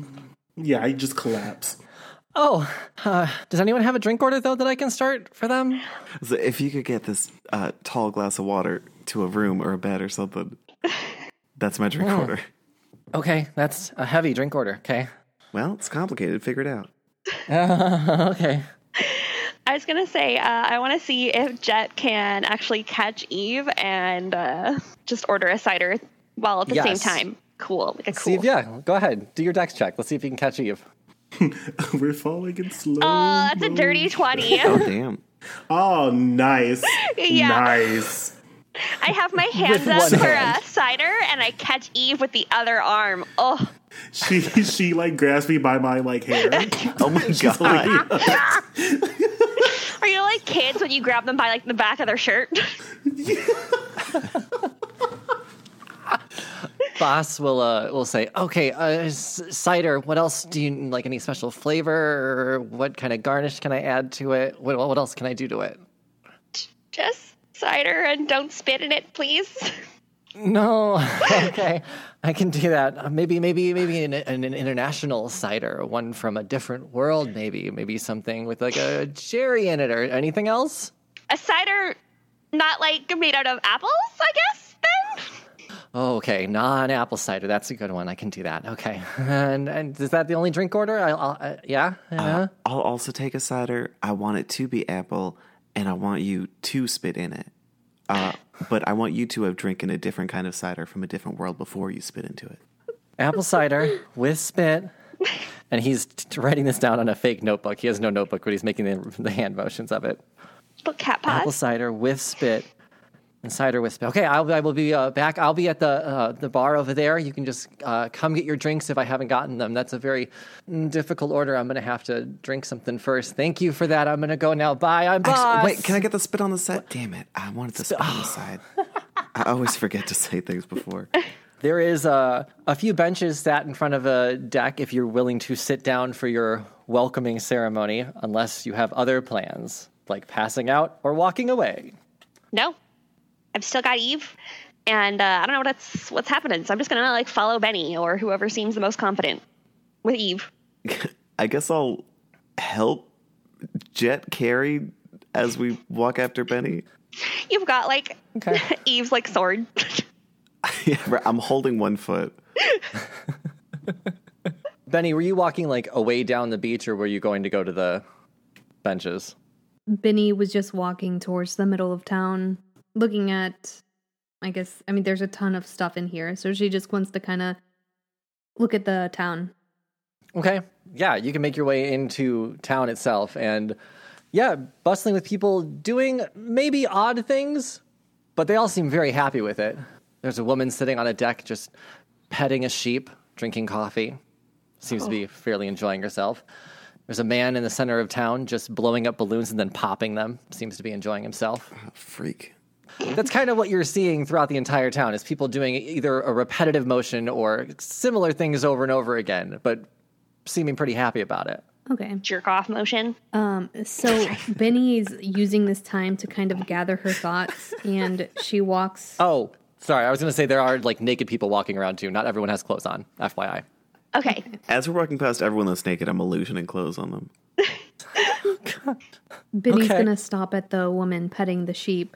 Yeah, I just collapse. Oh, uh, does anyone have a drink order though that I can start for them? So if you could get this uh, tall glass of water to a room or a bed or something, that's my drink Oh. order. Okay, that's a heavy drink order. Okay. Well, it's complicated. Figure it out. okay. I was gonna say uh, I want to see if Jet can actually catch Eve and uh, just order a cider while at the same Yes. time. Cool, like a cool. Steve, yeah, go ahead. Do your dex check. Let's see if you can catch Eve. We're falling in slow. Oh, that's a dirty twenty. damn. Oh, nice. Yeah. Nice. I have my hands With up one for hand. a cider, and I catch Eve with the other arm. Oh, She she like grabs me by my like hair. Oh my god. are you like kids when you grab them by like the back of their shirt? Boss will uh, will say, okay, uh, s- cider. What else do you like? Any special flavor? Or what kind of garnish can I add to it? What what else can I do to it? Just cider, and don't spit in it, please. No, okay, I can do that. Uh, Maybe, maybe, maybe an, an, an international cider, one from a different world. Maybe, maybe something with like a cherry in it, or anything else. A cider, not like made out of apples, I guess. Then Okay, non-apple cider. That's a good one. I can do that. Okay, and and is that the only drink order? I, I'll, uh, yeah, yeah. I'll also take a cider. I want it to be apple, and I want you to spit in it. Uh, but I want you to have drinking a different kind of cider from a different world before you spit into it. apple cider with spit. And he's t- t- writing this down on a fake notebook. He has no notebook, but he's making the, the hand motions of it. little cat Apple paws. cider with spit and cider with spit. Okay, I'll, I will be uh, back. I'll be at the uh, the bar over there. You can just uh, come get your drinks if I haven't gotten them. That's a very mm, difficult order. I'm going to have to drink something first. Thank you for that. I'm going to go now. Bye. I'm Actually, boss. wait, can I get the spit on the side? Damn it. I wanted the spit on the side. I always forget to say things before. There is a, a few benches sat in front of a deck if you're willing to sit down for your welcoming ceremony, unless you have other plans, like passing out or walking away. No, I've still got Eve, and uh, I don't know what's what's happening. So I'm just gonna like follow Benny or whoever seems the most confident with Eve. I guess I'll help Jet carry as we walk after Benny. You've got like Eve's like sword. yeah, right, I'm holding one foot. Benny, were you walking like away down the beach or were you going to go to the benches? Benny was just walking towards the middle of town, looking at, I guess, I mean, there's a ton of stuff in here, so she just wants to kind of look at the town. Okay. Yeah, you can make your way into town itself and yeah, bustling with people doing maybe odd things, but they all seem very happy with it. There's a woman sitting on a deck just petting a sheep, drinking coffee. Seems to be fairly enjoying herself. There's a man in the center of town just blowing up balloons and then popping them. Seems to be enjoying himself. Freak. That's kind of what you're seeing throughout the entire town is people doing either a repetitive motion or similar things over and over again, but seeming pretty happy about it. Okay. Jerk off motion. Um, so Benny is using this time to kind of gather her thoughts, and she walks. Oh, sorry, I was going to say there are like naked people walking around too. Not everyone has clothes on, FYI. Okay, As we're walking past everyone that's naked, I'm illusioning clothes on them. Benny's Okay. gonna stop at the woman petting the sheep,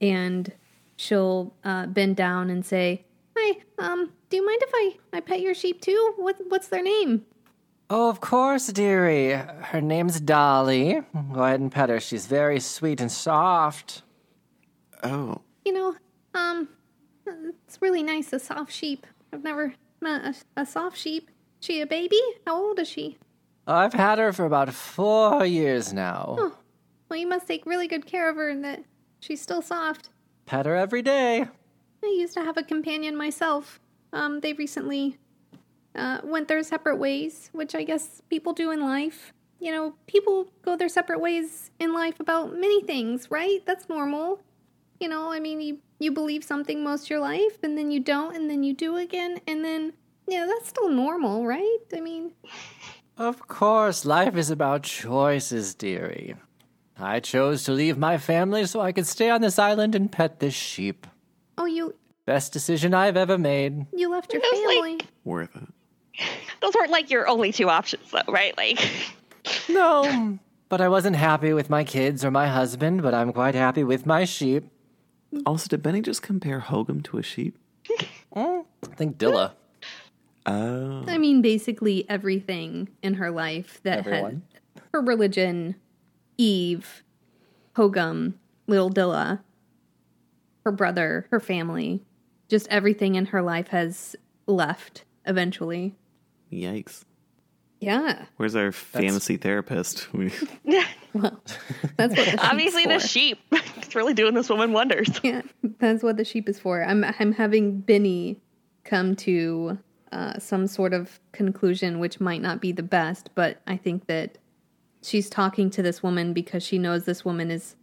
and she'll uh, bend down and say, "Hi, um, do you mind if I I pet your sheep too? What what's their name?" Oh, of course, dearie. Her name's Dolly. Go ahead and pet her. She's very sweet and soft. Oh, You know, um, it's really nice a soft sheep. I've never met a, a soft sheep. She a baby? How old is she? I've had her for about four years now. Oh, well, you must take really good care of her, and that she's still soft. Pet her every day. I used to have a companion myself. Um, they recently uh, went their separate ways, which I guess people do in life. You know, people go their separate ways in life about many things, right? That's normal. You know, I mean, you, you believe something most of your life, and then you don't, and then you do again, and then Yeah, that's still normal, right? I mean, Of course, life is about choices, dearie. I chose to leave my family so I could stay on this island and pet this sheep. oh, you Best decision I've ever made. you left your It was like- family. Worth it. Those weren't like your only two options, though, right? Like, No, but I wasn't happy with my kids or my husband, but I'm quite happy with my sheep. Also, did Benny just compare Hogum to a sheep? I think Dilla. Oh. I mean, basically everything in her life that Everyone. had her religion, Eve, Hogum, little Dilla, her brother, her family, just everything in her life has left eventually. Yikes. Yeah, Where's our fantasy therapist? We- that's what the sheep's obviously, the for. sheep. it's really doing this woman wonders. Yeah, that's what the sheep is for. I'm I'm having Benny come to uh, some sort of conclusion, which might not be the best, but I think that she's talking to this woman because she knows this woman is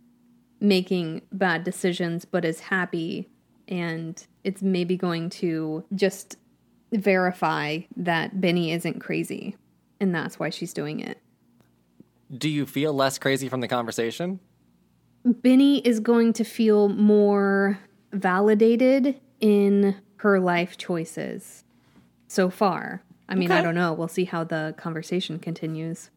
making bad decisions, but is happy, and it's maybe going to just verify that Benny isn't crazy, and that's why she's doing it. Do you feel less crazy from the conversation? Benny is going to feel more validated in her life choices so far. I mean, I Okay. don't know. We'll see how the conversation continues.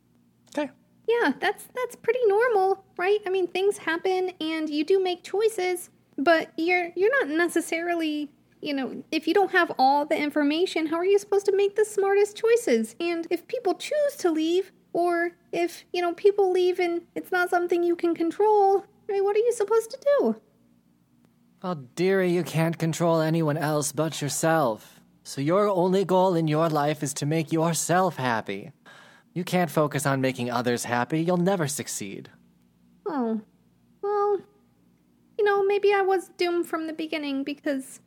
Okay. Yeah, that's that's pretty normal, right? I mean, things happen and you do make choices, but you're you're not necessarily, you know, if you don't have all the information, how are you supposed to make the smartest choices? And if people choose to leave or if, you know, people leave and it's not something you can control, I mean, what are you supposed to do? Well, dearie, you can't control anyone else but yourself. So your only goal in your life is to make yourself happy. You can't focus on making others happy. You'll never succeed. Oh, well, you know, maybe I was doomed from the beginning because,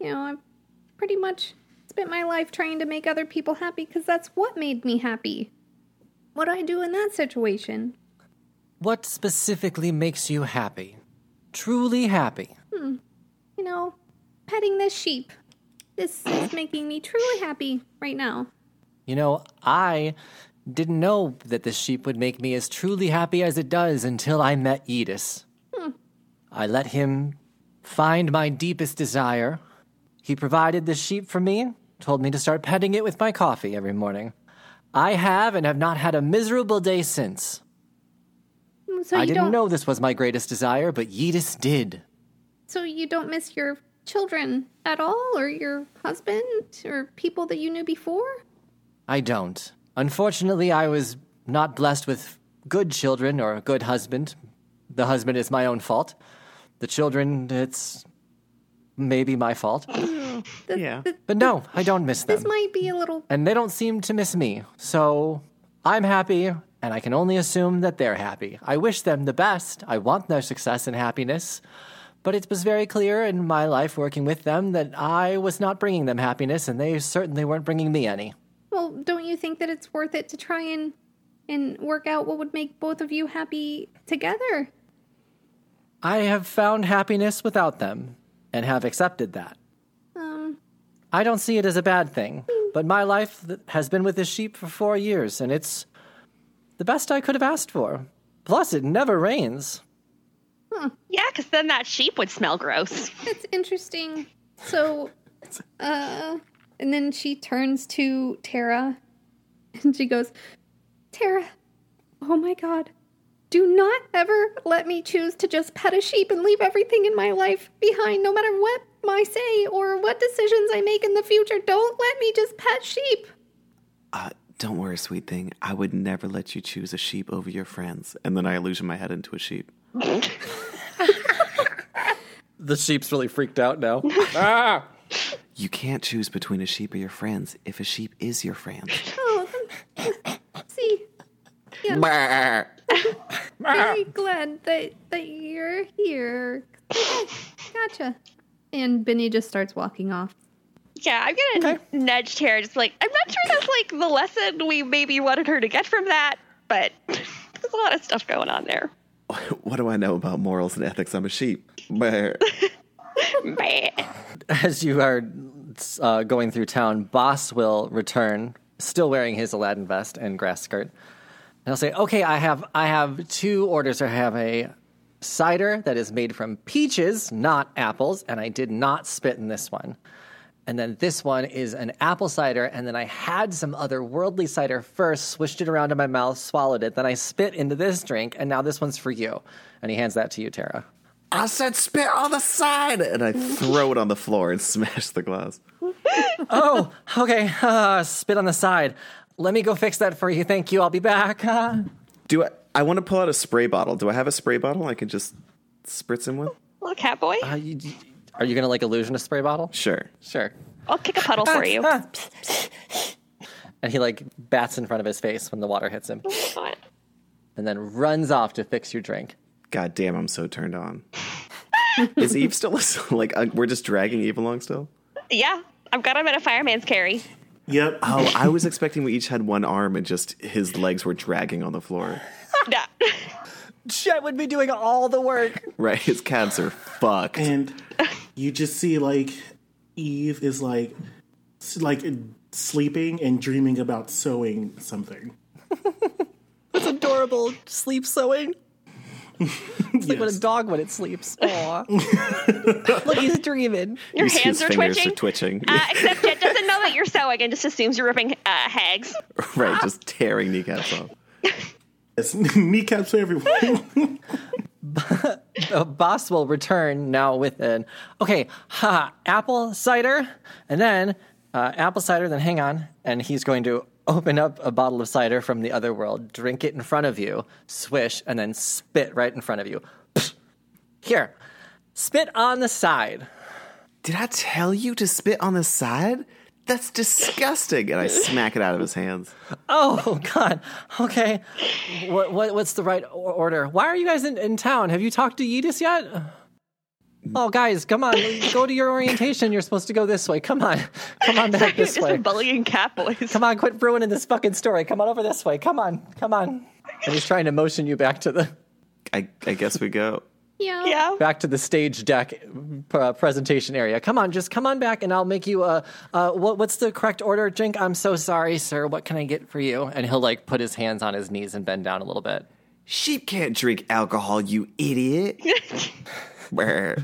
you know, I pretty much spent my life trying to make other people happy because that's what made me happy. What do I do in that situation? What specifically makes you happy? Truly happy. You know, petting this sheep. This is making me truly happy right now. You know, I didn't know that this sheep would make me as truly happy as it does until I met Edis. Hmm. I let him find my deepest desire. He provided the sheep for me, told me to start petting it with my coffee every morning. I have and have not had a miserable day since. Mm, So I you didn't don't, know this was my greatest desire, but Yedis did. So you don't miss your children at all, or your husband, or people that you knew before? I don't. Unfortunately, I was not blessed with good children or a good husband. The husband is my own fault. The children, it's maybe my fault. yeah. But no, I don't miss them. This might be a little and they don't seem to miss me. So I'm happy, and I can only assume that they're happy. I wish them the best. I want their success and happiness. But it was very clear in my life working with them that I was not bringing them happiness, and they certainly weren't bringing me any. Well, don't you think that it's worth it to try and and work out what would make both of you happy together? I have found happiness without them and have accepted that. Um, I don't see it as a bad thing, but my life th- has been with this sheep for four years and it's the best I could have asked for. Plus, it never rains. Yeah, because then that sheep would smell gross. that's interesting. So, uh, and then she turns to Tara and she goes, "Tara, oh my god, do not ever let me choose to just pet a sheep and leave everything in my life behind, no matter what I say or what decisions I make in the future. Don't let me just pet sheep." Uh, don't worry, sweet thing. I would never let you choose a sheep over your friends. And then I illusion my head into a sheep. The sheep's really freaked out now. Ah! You can't choose between a sheep or your friends if a sheep is your friend. Oh, see, very glad that that you're here. Gotcha. And Benny just starts walking off. Yeah, I'm gonna nudge Tara. Just like I'm not sure that's like the lesson we maybe wanted her to get from that, but there's a lot of stuff going on there. what do I know about morals and ethics? I'm a sheep. Brr. Meh. As you are uh, going through town, Boss will return, still wearing his Aladdin vest and grass skirt, and he'll say, "Okay, I have I have two orders. I have a cider that is made from peaches, not apples, and I did not spit in this one." And then this one is an apple cider. And then I had some other worldly cider first, swished it around in my mouth, swallowed it. Then I spit into this drink. And now this one's for you. And he hands that to you, Tara. I said spit on the side, and I throw it on the floor and smash the glass. oh, okay. Uh, spit on the side. Let me go fix that for you. Thank you. I'll be back. Uh, Do I? I want to pull out a spray bottle. Do I have a spray bottle? I can just spritz him with. Little cat boy. Uh, you, are you going to like illusion a spray bottle? Sure. Sure. I'll kick a puddle for you. And he like bats in front of his face when the water hits him God. and then runs off to fix your drink. God damn, I'm so turned on. Is Eve still listening? Like uh, we're just dragging Eve along still? Yeah, I've got him in a fireman's carry. Yep. Oh, I was expecting we each had one arm and just his legs were dragging on the floor. No. Chet would be doing all the work. Right, his calves are fucked. And you just see like Eve is like s- like sleeping and dreaming about sewing something. It's adorable sleep sewing. It's like when a Yes. dog when it sleeps. Aw. Look, he's dreaming. Your You see hands his are fingers are twitching. twitching. Uh, except Jet doesn't know that you're sewing and just assumes you're ripping uh, hags. uh. right, just tearing kneecaps off. Yes, kneecaps for everyone. The boss will return now with an okay, ha, apple cider, and then uh, apple cider. Then hang on, and he's going to open up a bottle of cider from the other world, drink it in front of you, swish, and then spit right in front of you. Psh. Here, spit on the side. Did I tell you to spit on the side? That's disgusting. And I smack it out of his hands. Oh God. Okay. What, what what's the right o- order? Why are you guys in, in town? Have you talked to Yidis yet? Oh guys, come on. go to your orientation. You're supposed to go this way. Come on. Come on back You're this just way. bullying cat boys. Come on, quit ruining this fucking story. Come on over this way. Come on. Come on. And he's trying to motion you back to the I, I guess we Yeah. go. Yeah. back to the stage deck uh, presentation area. Come on, just come on back, and I'll make you a. Uh, what, what's the correct order, drink? I'm so sorry, sir. What can I get for you? And he'll like put his hands on his knees and bend down a little bit. Sheep can't drink alcohol, you idiot. Brr.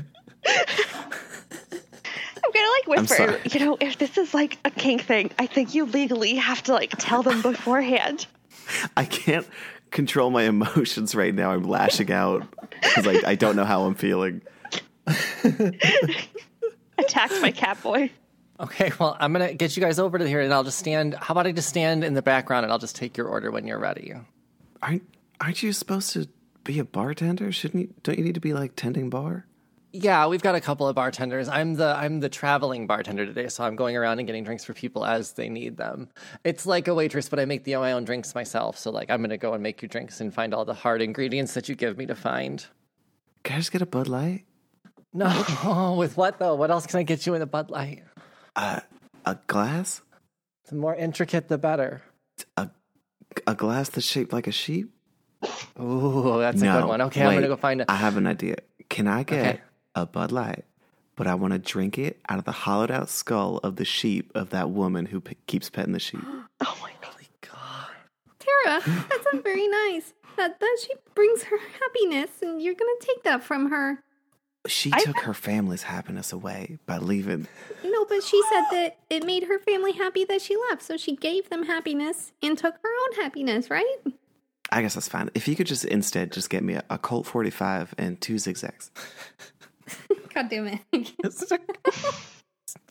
I'm gonna like whisper. sorry. You know, if this is like a kink thing, I think you legally have to like tell them beforehand. I can't control my emotions right now. I'm lashing out because I, I don't know how I'm feeling. Attacked by cat boy. Okay, well, I'm gonna get you guys over to here, and I'll just stand. How about I just stand in the background, and I'll just take your order when you're ready. Aren't aren't you supposed to be a bartender? Shouldn't you don't you need to be like tending bar? Yeah, we've got a couple of bartenders. I'm the I'm the traveling bartender today, so I'm going around and getting drinks for people as they need them. It's like a waitress, but I make the my own drinks myself. So like, I'm gonna go and make you drinks and find all the hard ingredients that you give me to find. Can I just get a Bud Light? No, with what though? What else can I get you in a Bud Light? A glass? The more intricate, the better. A glass that's shaped like a sheep? Ooh, that's a good one. Okay, I'm wait. gonna go find a I have an idea. Can I get Okay. a Bud Light? But I want to drink it out of the hollowed out skull of the sheep of that woman who p- keeps petting the sheep. Tara, that's not very nice. That that she brings her happiness, and you're gonna take that from her. She took her family's happiness away by leaving. No, but she said that it made her family happy that she left, so she gave them happiness and took her own happiness, right? I guess that's fine. If you could just instead just get me a, a Colt 45 and two zigzags. God damn it.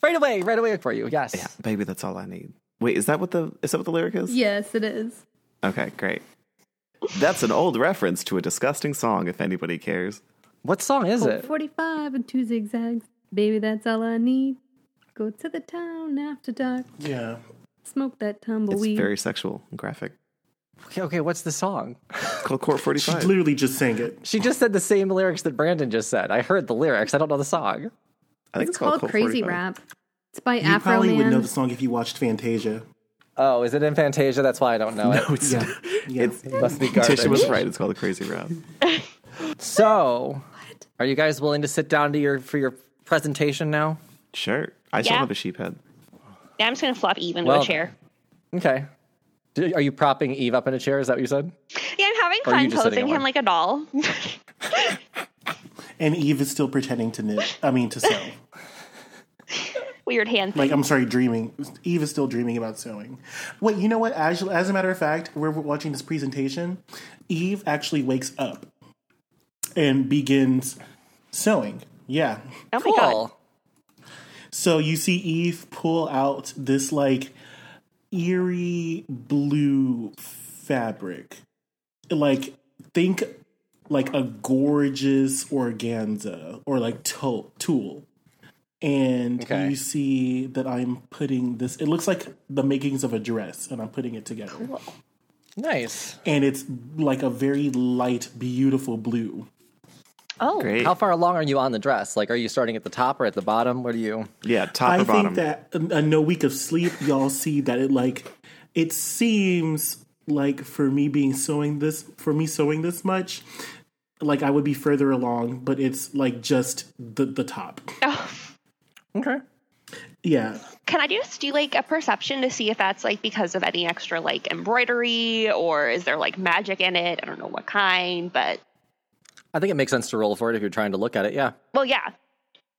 right away, right away for you. Yes. Yeah, baby, that's all I need. Wait, is that what the is that what the lyric is? yes, it is. Okay, great. That's an old reference to a disgusting song if anybody cares. What song Oh, is Colt it? 45 Oh, and two zigzags. Baby, that's all I need. Go to the town after dark. yeah. Smoke that It's tumbleweed. very sexual and graphic. Okay, okay, what's the song? It's called Court She 45. literally just sang it. She just said the same lyrics that Brandon just said. I heard the lyrics. I don't know the song. I think it's called Colt Crazy 45. Rap. It's by You Afro probably would know Man. the song if you watched Fantasia. Oh, is it in Fantasia? That's why I don't know it. It's, Yeah. Yeah. it's It must be garbage. Tisha was right. It's called Crazy Rap. So, are you guys willing to sit down to your for your presentation now? Sure. I still Yeah. have a sheep head. Yeah, I'm just gonna flop Eve into Well- a chair. Okay. Do- Are you propping Eve up in a chair? Is that what you said? Yeah, I'm having Or are you fun just sitting posing on him one? like a doll. And Eve is still pretending to knit. I mean, to sew. Weird hand thing. Like, I'm sorry, dreaming. Eve is still dreaming about sewing. Wait, you know what? As, as a matter of fact, we're watching this presentation. Eve actually wakes up and begins sewing. Yeah. Oh my God. So you see Eve pull out this like eerie blue fabric. Like think like a gorgeous organza or like to- tulle. And Okay. you see that I'm putting this it looks like the makings of a dress and I'm putting it together. Nice. And it's like a very light beautiful blue. Oh, Great. How far along are you on the dress? Like, are you starting at the top or at the bottom? What are you? Yeah, top I or bottom. think that in in no week of sleep, y'all see that it like it seems like for me being sewing this for me sewing this much, like I would be further along, but it's like just the the top. Okay. Yeah. Can I just do like a perception to see if that's like because of any extra like embroidery or is there like magic in it? I don't know what kind, but I think it makes sense to roll for it if you're trying to look at it. Yeah. well, yeah.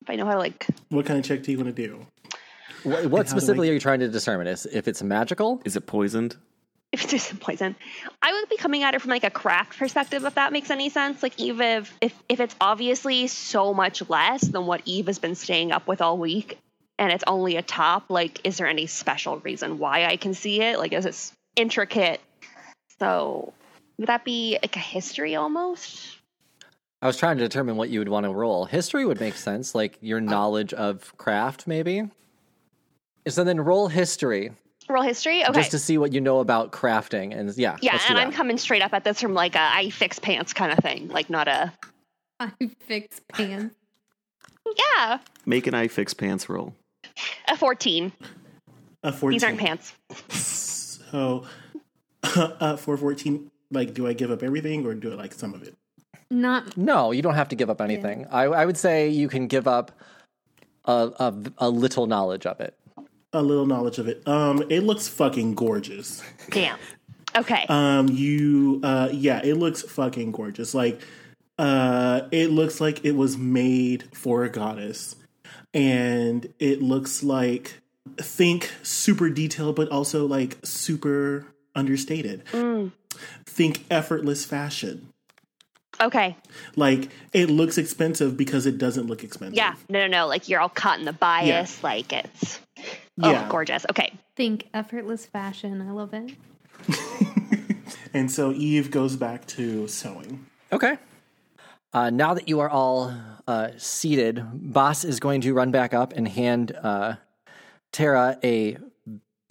If I know how to like, What kind of check do you want to do? What, how what do specifically are you trying to determine? Is if it's magical? Is it poisoned? if there's some poison, I would be coming at it from like a craft perspective, if that makes any sense. Like, Eve, if, if, if it's obviously so much less than what Eve has been staying up with all week and it's only a top, like, is there any special reason why I can see it? Like, is it intricate? So, would that be like a history almost? I was trying to determine what you would want to roll. History would make sense, like Oh. your knowledge of craft, maybe. So then roll history Roll history? Okay. just to see what you know about crafting, and yeah, Yeah, let's do and I'm that. coming straight up at this from like a I fix pants kind of thing, like not a I fix pants. yeah Make an eye fix pants roll. a 14. A fourteen. These aren't pants. So uh, for fourteen, like, do I give up everything or do I like some of it? Not No, you don't have to give up anything. I, I would say you can give up a, a, a little knowledge of it. A little knowledge of it. Um, it looks fucking gorgeous. Damn. Okay. Uh, Um, you, uh, yeah, it looks fucking gorgeous. Like, uh, it looks like it was made for a goddess, and it looks like think super detailed, but also like super understated. Mm, Think effortless fashion. okay. Like, it looks expensive because it doesn't look expensive. Yeah. No, no, no. Like you're all caught in the bias. Like it's oh Yeah. gorgeous. Okay. think effortless fashion. I love it. And so Eve goes back to sewing. Okay. Uh, now that you are all uh, seated, Boss is going to run back up and hand uh, Tara a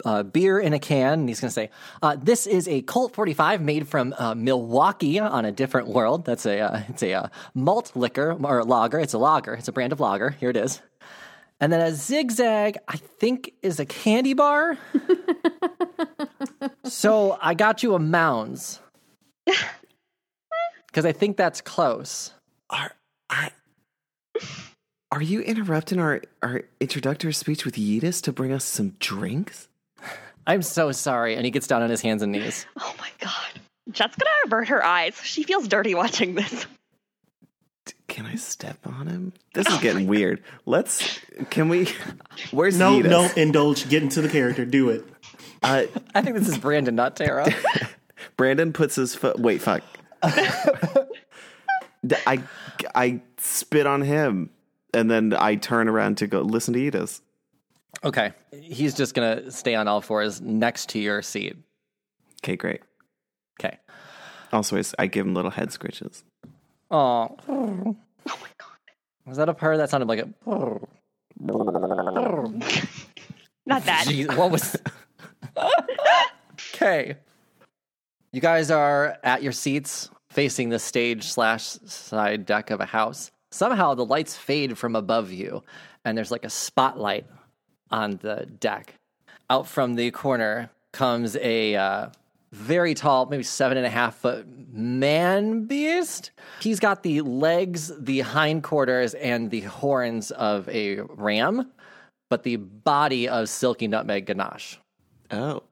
uh, beer in a can. And he's going to say, uh, This is a Colt 45 made from uh, Milwaukee on a different world. That's a, uh, it's a uh, malt liquor or lager. It's a lager. It's a brand of lager. Here it is. And then a zigzag, I think, is a candy bar. so I got you a Mounds Oh because I think that's close. Are I Are you interrupting our our introductory speech with Yeetus to bring us some drinks? I'm so sorry. And he gets down on his hands and knees. Oh my god. Jet's gonna avert her eyes. She feels dirty watching this. Can I step on him? This is getting weird. Let's can we Where's No, Yeetus? no, indulge. Get into the character. Do it. Uh, I think this is Brandon, not Tara. Brandon puts his foot Wait, fuck. D- I I spit on him and then I turn around to go listen to Yeetus. okay. He's just going to stay on all fours next to your seat. Okay, great. Okay. Also, I s- I give him little head scratches. Oh. Oh my God. Was that a purr? That sounded like a. Not that. Jeez, what was. okay. You guys are at your seats facing the stage slash side deck of a house. Somehow the lights fade from above you, and there's like a spotlight on the deck. Out from the corner comes a uh, very tall, maybe seven and a half foot man beast. He's got the legs, the hindquarters, and the horns of a ram. but the body of silky nutmeg ganache. Oh.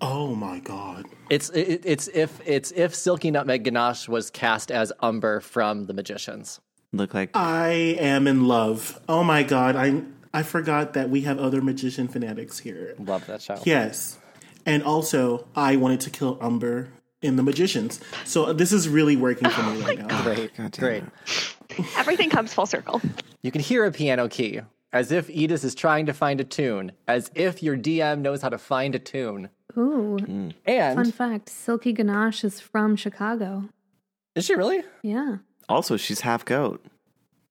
Oh my god. It's it, it's if it's if silky nutmeg ganache was cast as Umber from The Magicians. Look like Oh, I am in love. Oh my god, I I forgot that we have other magician fanatics here. Love that show. Yes. And also, I wanted to kill Umber in The Magicians. So uh, this is really working for Oh me right now. Great, great. Everything comes full circle. You can hear a piano key as if Edith is trying to find a tune, as if your DM knows how to find a tune. Ooh. And- fun fact Silky Ganache is from Chicago. Is she really? Yeah. Also, she's half goat.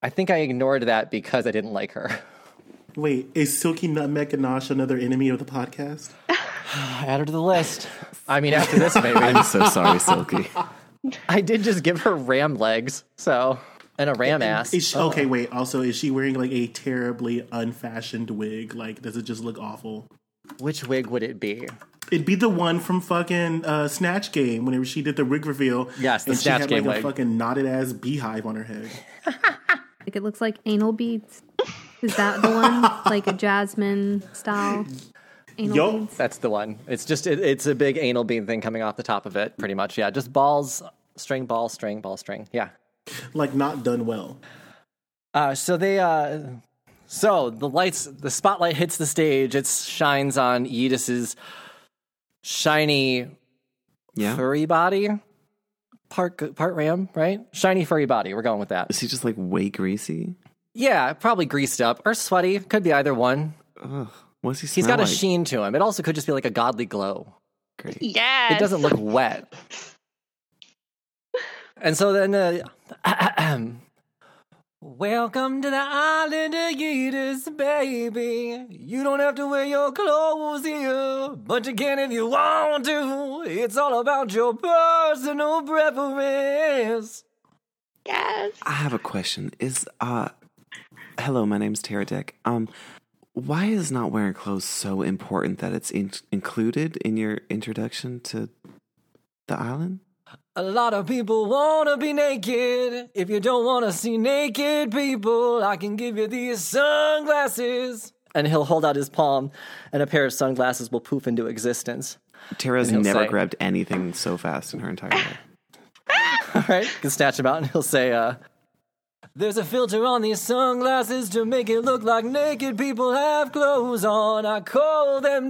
I think I ignored that because I didn't like her. Wait, is Silky Nutmeg Ganache another enemy of the podcast? Add her to the list. I mean, after this, maybe. I'm so sorry, Silky. I did just give her ram legs, so and a ram ass. Is she, Okay, wait. Also, is she wearing like a terribly unfashioned wig? Like, does it just look awful? Which wig would it be? It'd be the one from fucking uh, Snatch Game whenever she did the wig reveal. Yes, the and Snatch she had, Game like, wig. a fucking knotted ass beehive on her head. Like it looks like anal beads. Is that the one? like a jasmine style anal beads? That's the one. It's just it, it's a big anal bean thing coming off the top of it, pretty much. Yeah, just balls, string, ball, string, ball, string. Yeah. Like not done well. Uh, so they, uh, so the lights, the spotlight hits the stage. It shines on Yedis's shiny, Yeah. furry body. Part part ram, right? Shiny furry body. We're going with that. Is he just like way greasy? Yeah, probably greased up or sweaty. Could be either one. Ugh. What's he smell He's got a like? sheen to him. It also could just be like a godly glow. Yes. It doesn't look wet. And so then, uh, welcome to the island of Yeeters, baby. You don't have to wear your clothes here, but you can if you want to. It's all about your personal preference. Yes. I have a question. Is uh Hello, my name's Tara Dick. Um why is not wearing clothes so important that it's in- included in your introduction to the island? A lot of people wanna be naked. If you don't wanna see naked people, I can give you these sunglasses. And he'll hold out his palm, and a pair of sunglasses will poof into existence. Tara's And he'll never say- grabbed anything so fast in her entire life. All right, you can snatch him out, and he'll say, uh, "There's a filter on these sunglasses to make it look like naked people have clothes on. I call them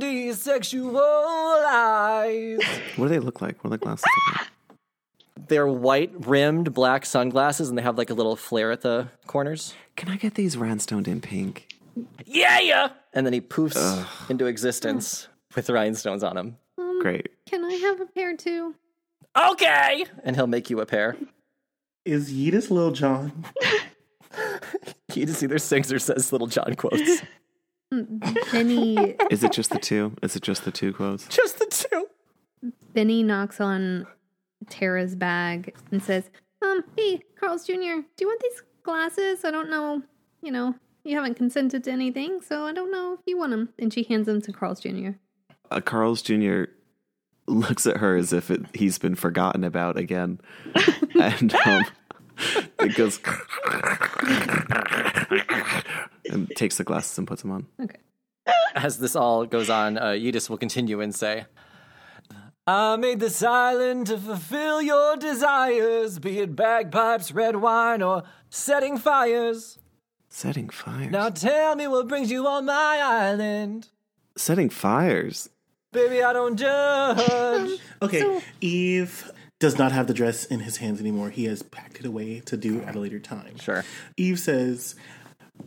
desexualized." What do they look like? What are the glasses? look like? They're white rimmed black sunglasses, and they have like a little flare at the corners. Can I get these rhinestoned in pink? Yeah, yeah. And then he poofs into existence with rhinestones on him. Great. Can I have a pair too? Okay. And he'll make you a pair. Is Yeetus Lil John? He just either sings or says little John quotes. Benny Is it just the two? Is it just the two quotes? Just the two. Benny knocks on Tara's bag and says, Um, hey, Carl's Jr., do you want these glasses? I don't know. You know, you haven't consented to anything, so I don't know if you want them. And she hands them to Carl's Jr. Uh, Carl's Jr. looks at her as if it, he's been forgotten about again, and um, it goes and takes the glasses and puts them on. As this all goes on, uh, Yudis will continue and say, I made this island to fulfill your desires, be it bagpipes, red wine, or setting fires. Setting fires. Now tell me what brings you on my island. Setting fires. Baby, I don't judge. Okay, Eve does not have the dress in his hands anymore. He has packed it away to do at a later time. sure. Eve says,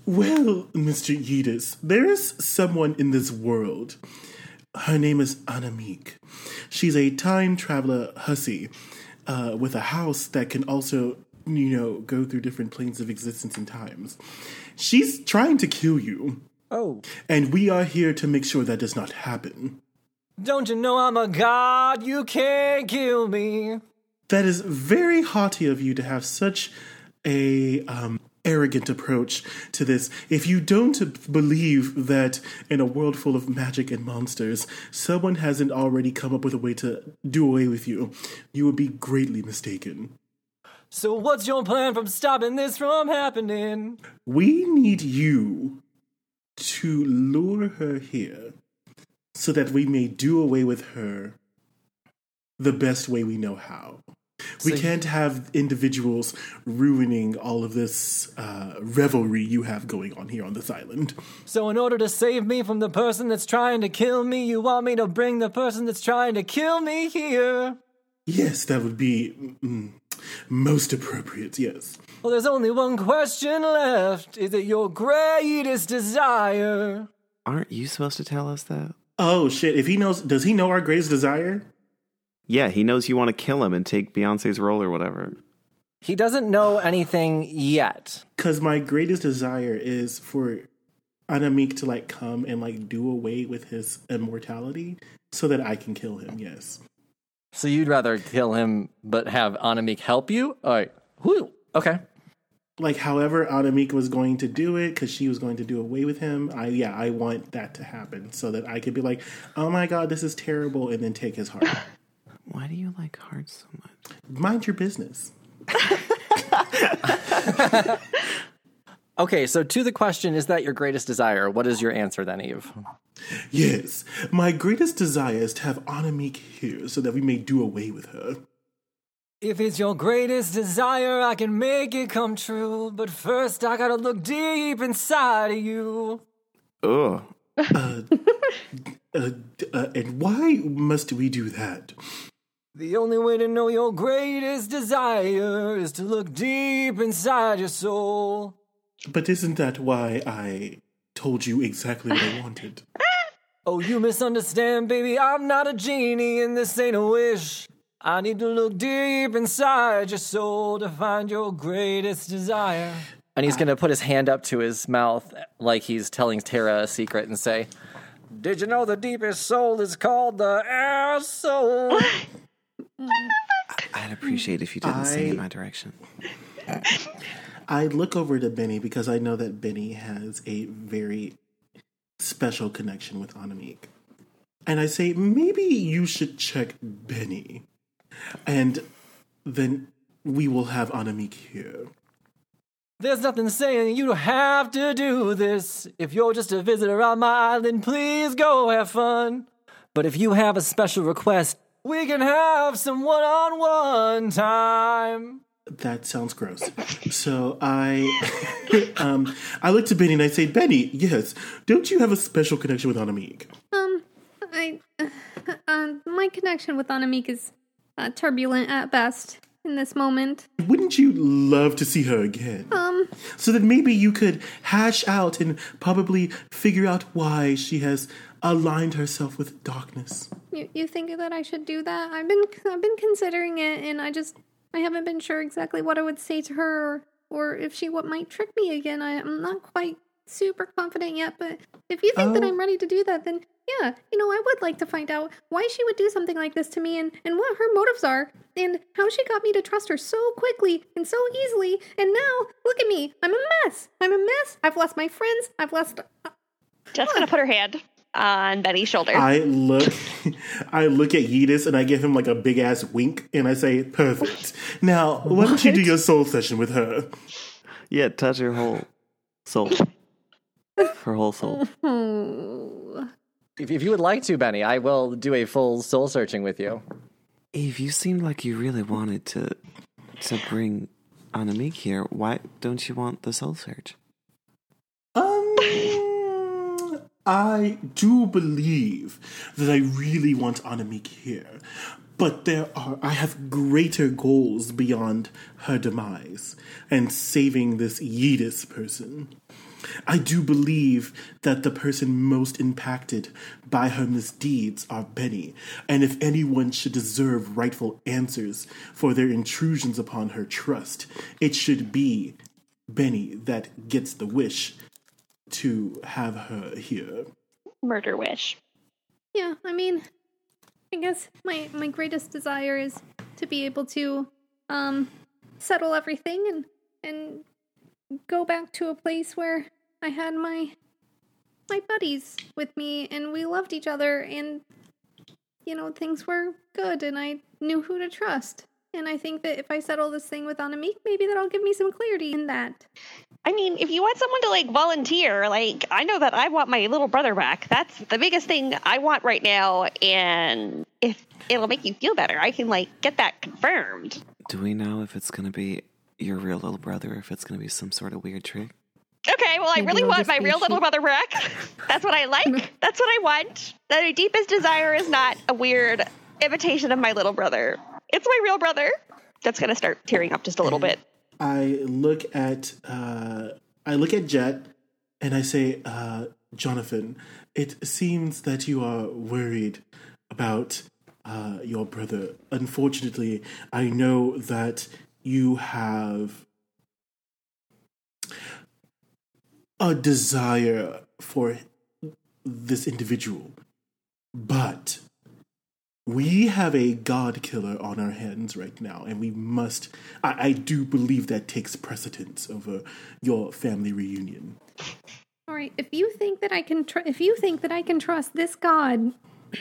Well, Mr. Yeetus, there is someone in this world. Her name is Anamique. She's a time traveler hussy uh, with a house that can also, you know, go through different planes of existence and times. She's trying to kill you, Oh. and we are here to make sure that does not happen. Don't you know I'm a god? You can't kill me. That is very haughty of you to have such a um, arrogant approach to this. If you don't believe that in a world full of magic and monsters, someone hasn't already come up with a way to do away with you, you would be greatly mistaken. So what's your plan from stopping this from happening? We need you to lure her here so that we may do away with her the best way we know how. we So- can't have individuals ruining all of this uh, revelry you have going on here on this island. So, in order to save me from the person that's trying to kill me, you want me to bring the person that's trying to kill me here? Yes, that would be mm, most appropriate, yes. Well, there's only one question left. Is it your greatest desire? Aren't you supposed to tell us that? Oh shit, if he knows does he know our greatest desire? Yeah, he knows you want to kill him and take Beyonce's role or whatever. He doesn't know anything yet. Cause my greatest desire is for Anamik to like come and like do away with his immortality so that I can kill him, yes. So you'd rather kill him, but have Anamik help you? All right. Whew. Okay. Like however Anamik was going to do it, because she was going to do away with him. I yeah, I want that to happen so that I could be like, Oh my god, this is terrible, and then take his heart. Why do you like hearts so much? Mind your business. Okay. So to the question, is that your greatest desire? What is your answer then, Eve? Yes. My greatest desire is to have Anamik here so that we may do away with her. If it's your greatest desire, I can make it come true. But first, I gotta look deep inside of you. Ugh. Uh, d- uh, and why must we do that? The only way to know your greatest desire is to look deep inside your soul. But isn't that why I told you exactly what I wanted? Oh, you misunderstand, baby. I'm not a genie, and this ain't a wish. I need to look deep inside your soul to find your greatest desire. And he's going to put his hand up to his mouth like he's telling Tara a secret and say, Did you know the deepest soul is called the air soul? I'd appreciate if you didn't sing in I- my direction. I look over to Benny because I know that Benny has a very special connection with Anamik. And I say, maybe you should check Benny. And then we will have Anamik here. There's nothing saying you have to do this. If you're just a visitor on my island, please go have fun. But if you have a special request, we can have some one on one time. That sounds gross. So I, um, I look to Benny and I say, Benny, yes, don't you have a special connection with Anamik? Um, I, uh, my connection with Anamik is uh, turbulent at best in this moment. Wouldn't you love to see her again? Um, So that maybe you could hash out and probably figure out why she has aligned herself with darkness. you, you think that I should do that? I've been I've been considering it, and I just I haven't been sure exactly what I would say to her, or if she what might trick me again. I, I'm not quite super confident yet, but if you think that Oh. I'm ready to do that, then yeah, you know, I would like to find out why she would do something like this to me, and and what her motives are, and how she got me to trust her so quickly and so easily. And now look at me, I'm a mess. I'm a mess. I've lost my friends. I've lost. Just gonna put her hand on Benny's shoulder. I look, I look at Yidis and I give him like a big ass wink and I say, "Perfect." Now, why don't you do your soul session with her? Yeah, touch her whole soul. her whole soul. if, if you would like to, Benny, I will do a full soul searching with you. Eve, you seemed like you really wanted to to bring Anamik here. Why don't you want the soul search? Um, I do believe that I really want Anamik here, but there are I have greater goals beyond her demise and saving this Yidis person. I do believe that the person most impacted by her misdeeds are Benny, and if anyone should deserve rightful answers for their intrusions upon her trust, it should be Benny that gets the wish to have her here. Murder wish. Yeah, I mean, I guess my my greatest desire is to be able to um settle everything and and go back to a place where I had my my buddies with me and we loved each other and you know things were good and I knew who to trust. And I think that if I settle this thing with Anamik, maybe that'll give me some clarity in that. I mean, if you want someone to like volunteer, like I know that I want my little brother back. That's the biggest thing I want right now. And if it'll make you feel better, I can like get that confirmed. Do we know if it's going to be your real little brother, or if it's going to be some sort of weird trick? Okay, well, I Maybe really it'll want just my be real she- little brother back. That's what I like. That's what I want. My deepest desire is not a weird imitation of my little brother. It's my real brother. That's gonna start tearing up just a little bit. I look at uh, I look at Jet and I say, uh, Jonathan, it seems that you are worried about uh, your brother. Unfortunately, I know that you have a desire for this individual, but we have a god killer on our hands right now, and we must. I, I do believe that takes precedence over your family reunion. All right. If you think that I can, tr- if you think that I can trust this god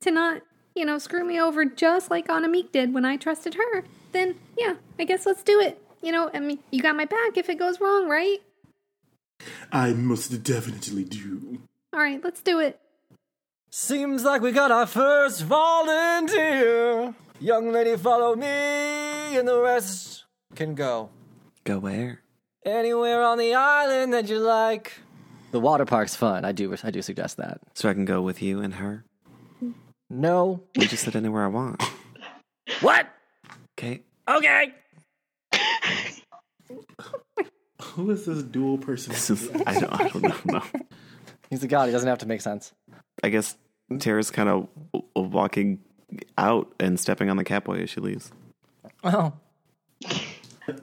to not, you know, screw me over just like Anamik did when I trusted her, then yeah, I guess let's do it. You know, I mean, you got my back if it goes wrong, right? I most definitely do. All right, let's do it. Seems like we got our first volunteer. Young lady, follow me, and the rest can go Go where? anywhere on the island that you like. The water park's fun. I do. I do suggest that. So I can go with you and her? No. You just sit anywhere I want. What? Okay. Okay. Who is this dual person? I don't, I don't know. He's a god. He doesn't have to make sense. I guess Tara's kind of w- walking out and stepping on the catboy as she leaves. Oh.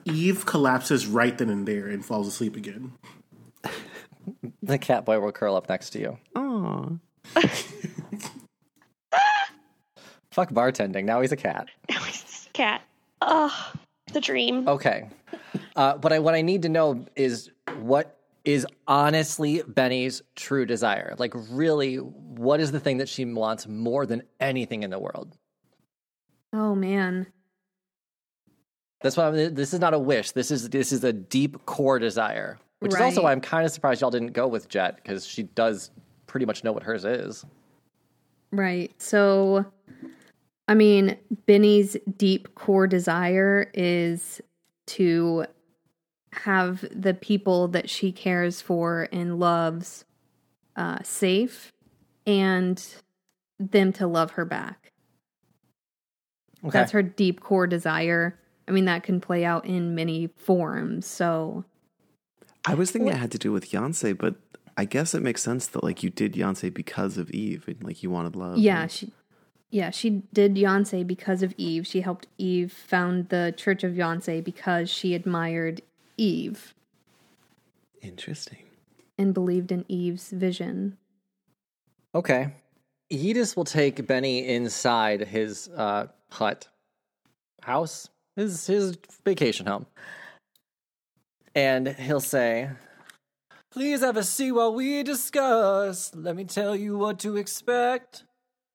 Eve collapses right then and there and falls asleep again. The cat boy will curl up next to you. Oh. Fuck bartending. Now he's a cat. Cat. Oh, the dream. Okay. Uh, but I, what I need to know is what is honestly Benny's true desire? Like, really, what is the thing that she wants more than anything in the world? Oh man. That's why I'm, this is not a wish. This is this is a deep core desire, which is also Right. why I'm kind of surprised y'all didn't go with Jet because she does pretty much know what hers is. Right. So, I mean, Benny's deep core desire is to have the people that she cares for and loves uh, safe and them to love her back. Okay. That's her deep core desire. I mean, that can play out in many forms. So, I was thinking it had to do with Yonsei, but I guess it makes sense that like you did Yonsei because of Eve and like you wanted love. yeah, she. Yeah, she did Yonsei because of Eve. She helped Eve found the Church of Yonsei because she admired Eve. Interesting. and believed in Eve's vision. Okay. Yidis will take Benny inside his uh, hut, house, his his vacation home, and he'll say, Please have a see while we discuss. Let me tell you what to expect.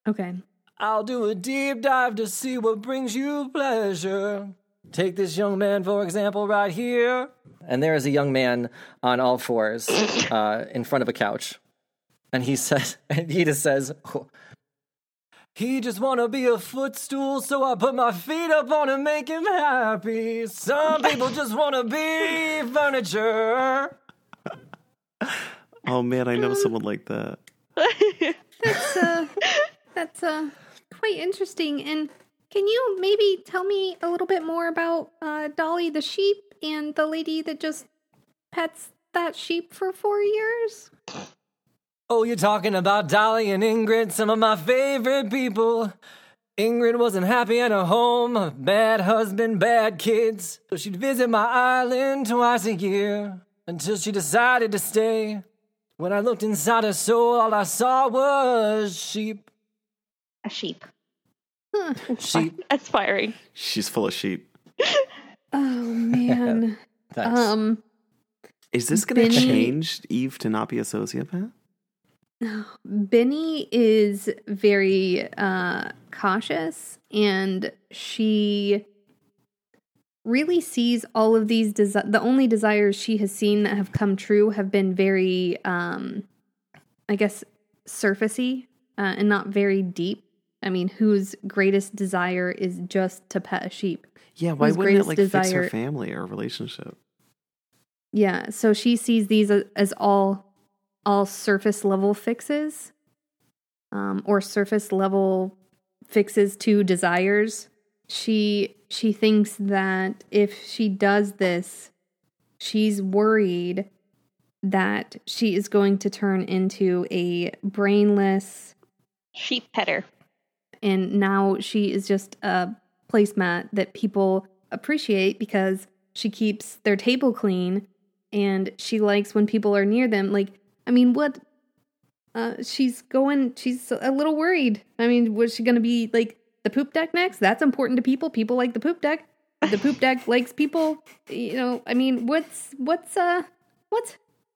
Okay. I'll do a deep dive to see what brings you pleasure. Take this young man, for example, right here. and there is a young man on all fours uh, in front of a couch, and he says, and Yidis says, "Oh, He just wanna be a footstool, so I put my feet up on him, make him happy. Some people just wanna be furniture. Oh man, I know someone like that. That's uh, that's uh, quite interesting. And can you maybe tell me a little bit more about uh, Dolly the sheep and the lady that just pets that sheep for four years? Oh, you're talking about Dolly and Ingrid, some of my favorite people. Ingrid wasn't happy in her home, bad husband, bad kids. So she'd visit my island twice a year until she decided to stay. When I looked inside her soul, all I saw was sheep. A sheep. Sheep. Aspiring. She's full of sheep. Oh man. Nice. Um. Is this going to Benny- change Eve to not be a sociopath? Benny is very uh, cautious and she really sees all of these desi- the only desires she has seen that have come true have been very um i guess surfacey uh, and not very deep i mean whose greatest desire is just to pet a sheep Yeah, why Whose wouldn't it greatest like fix her family or relationship? yeah, so she sees these a- as all all surface level fixes um or surface level fixes to desires. She she thinks that if she does this, she's worried that she is going to turn into a brainless sheep petter. And now she is just a placemat that people appreciate because she keeps their table clean and she likes when people are near them. Like, I mean, what? Uh, she's going, she's a little worried. I mean, was she going to be like the poop deck next? That's important to people. People like the poop deck. The poop deck likes people. You know, I mean, what's, what's, uh, what's,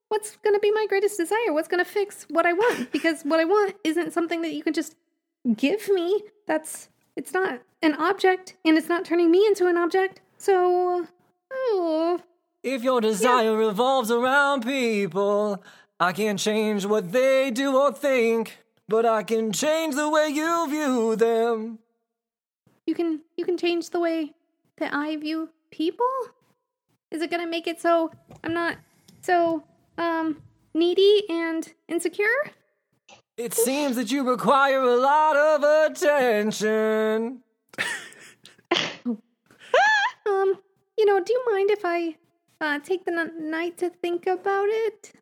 what's going to be my greatest desire? What's going to fix what I want? Because what I want isn't something that you can just give me. That's it's not an object, and it's not turning me into an object. So, oh, If your desire revolves around people, I can't change what they do or think, but I can change the way you view them. you can you can change the way that I view people. Is it gonna make it so I'm not so um needy and insecure? It seems that you require a lot of attention. Um, you know, do you mind if I uh, take the n- night to think about it?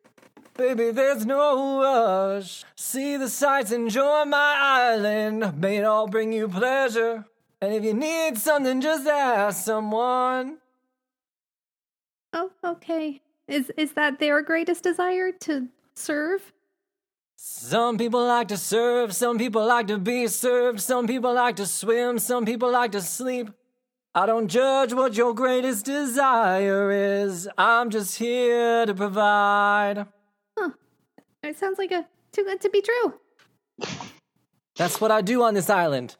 Baby, there's no rush. See the sights, enjoy my island. May it all bring you pleasure. And if you need something, just ask someone. Oh, okay. Is is that their greatest desire to serve? Some people like to serve, some people like to be served, some people like to swim, some people like to sleep. I don't judge what your greatest desire is. I'm just here to provide. It sounds like a too good to be true. That's what I do on this island.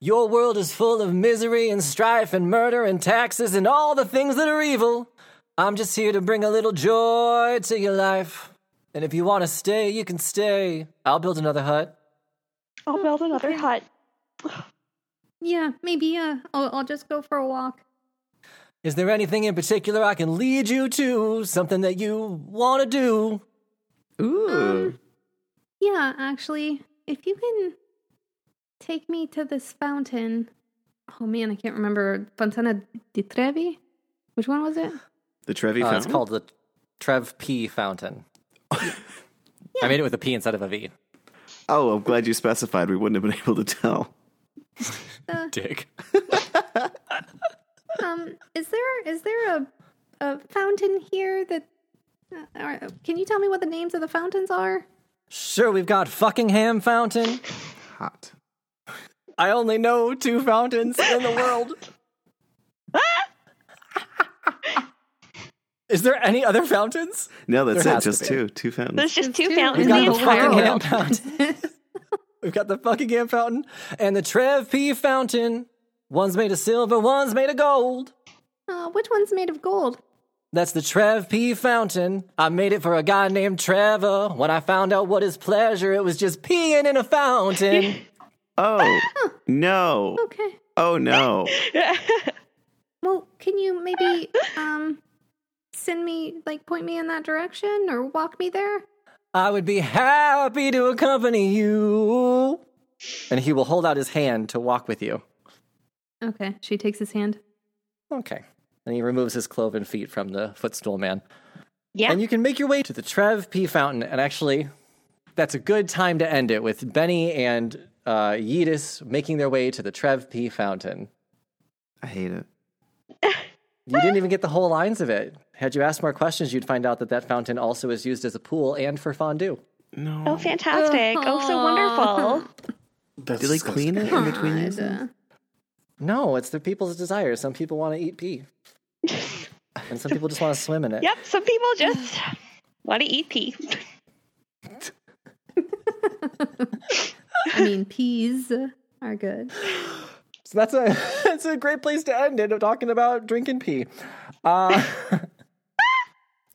Your world is full of misery and strife and murder and taxes and all the things that are evil. I'm just here to bring a little joy to your life. And if you want to stay, you can stay. I'll build another hut. I'll build another hut. Yeah, maybe. Uh, I'll, I'll just go for a walk. Is there anything in particular I can lead you to? Something that you want to do? Ooh. Yeah, actually, if you can take me to this fountain. Oh man, I can't remember Fontana di Trevi. Which one was it? The Trevi Uh, fountain. it's called the Trev P Fountain. I made it with a P instead of a V. Oh, I'm glad you specified. We wouldn't have been able to tell. Dick. Um, is there is there a a fountain here that? Uh, are- can you tell me what the names of the fountains are? Sure, we've got Fuckingham Fountain. Hot. I only know two fountains in the world. Is there any other fountains? No, that's There it. has to Just be. two. Two fountains. There's just two two fountains in in We've the got the entire Fuckingham world. Fountain. We've got the Fuckingham Fountain and the Trev P Fountain. One's made of silver, one's made of gold. Uh, which one's made of gold? That's the Trev P Fountain. I made it for a guy named Trevor. When I found out what his pleasure, it was just peeing in a fountain. Oh no. Okay. Oh no. Well, can you maybe um send me like point me in that direction or walk me there? I would be happy to accompany you. And he will hold out his hand to walk with you. Okay, she takes his hand. Okay. And he removes his cloven feet from the footstool man. Yeah. And you can make your way to the Trev P Fountain. And actually, that's a good time to end it with Benny and uh, Yidis making their way to the Trev P Fountain. I hate it. You didn't even get the whole lines of it. Had you asked more questions, you'd find out that that fountain also is used as a pool and for fondue. No. Oh, fantastic. Oh, so wonderful. That's Do they disgusting. clean it in between uses? No, it's the people's desire. Some people want to eat pee, and some people just want to swim in it. Yep, some people just want to eat pee. I mean, peas are good. So that's a that's that's a great place to end it. Talking about drink and pee. Uh,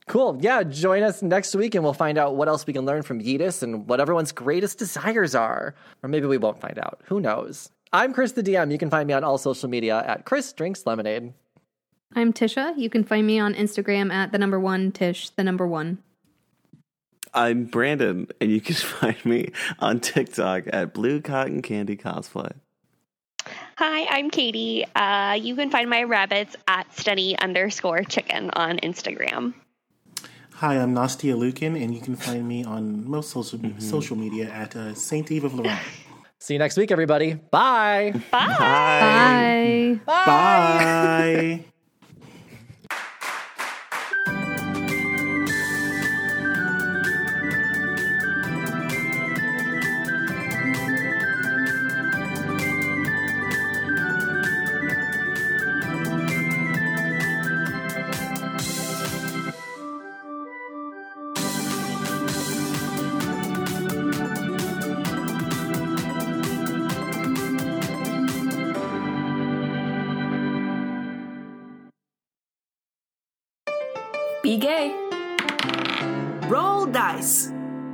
cool. Yeah, join us next week and we'll find out what else we can learn from Yeetus and what everyone's greatest desires are. Or maybe we won't find out. Who knows? I'm Chris the DM. You can find me on all social media at Chris Drinks Lemonade. I'm Tisha. You can find me on Instagram at the number one Tish, the number one. I'm Brandon, and you can find me on TikTok at Blue Cotton Candy Cosplay. Hi, I'm Katie. Uh, you can find my rabbits at study underscore chicken on Instagram. Hi, I'm Nastia Lukin, and you can find me on most social, social media at uh, Saint Eve of Lorraine. See you next week, everybody. Bye. Bye. Bye. Bye. Be gay. Roll dice.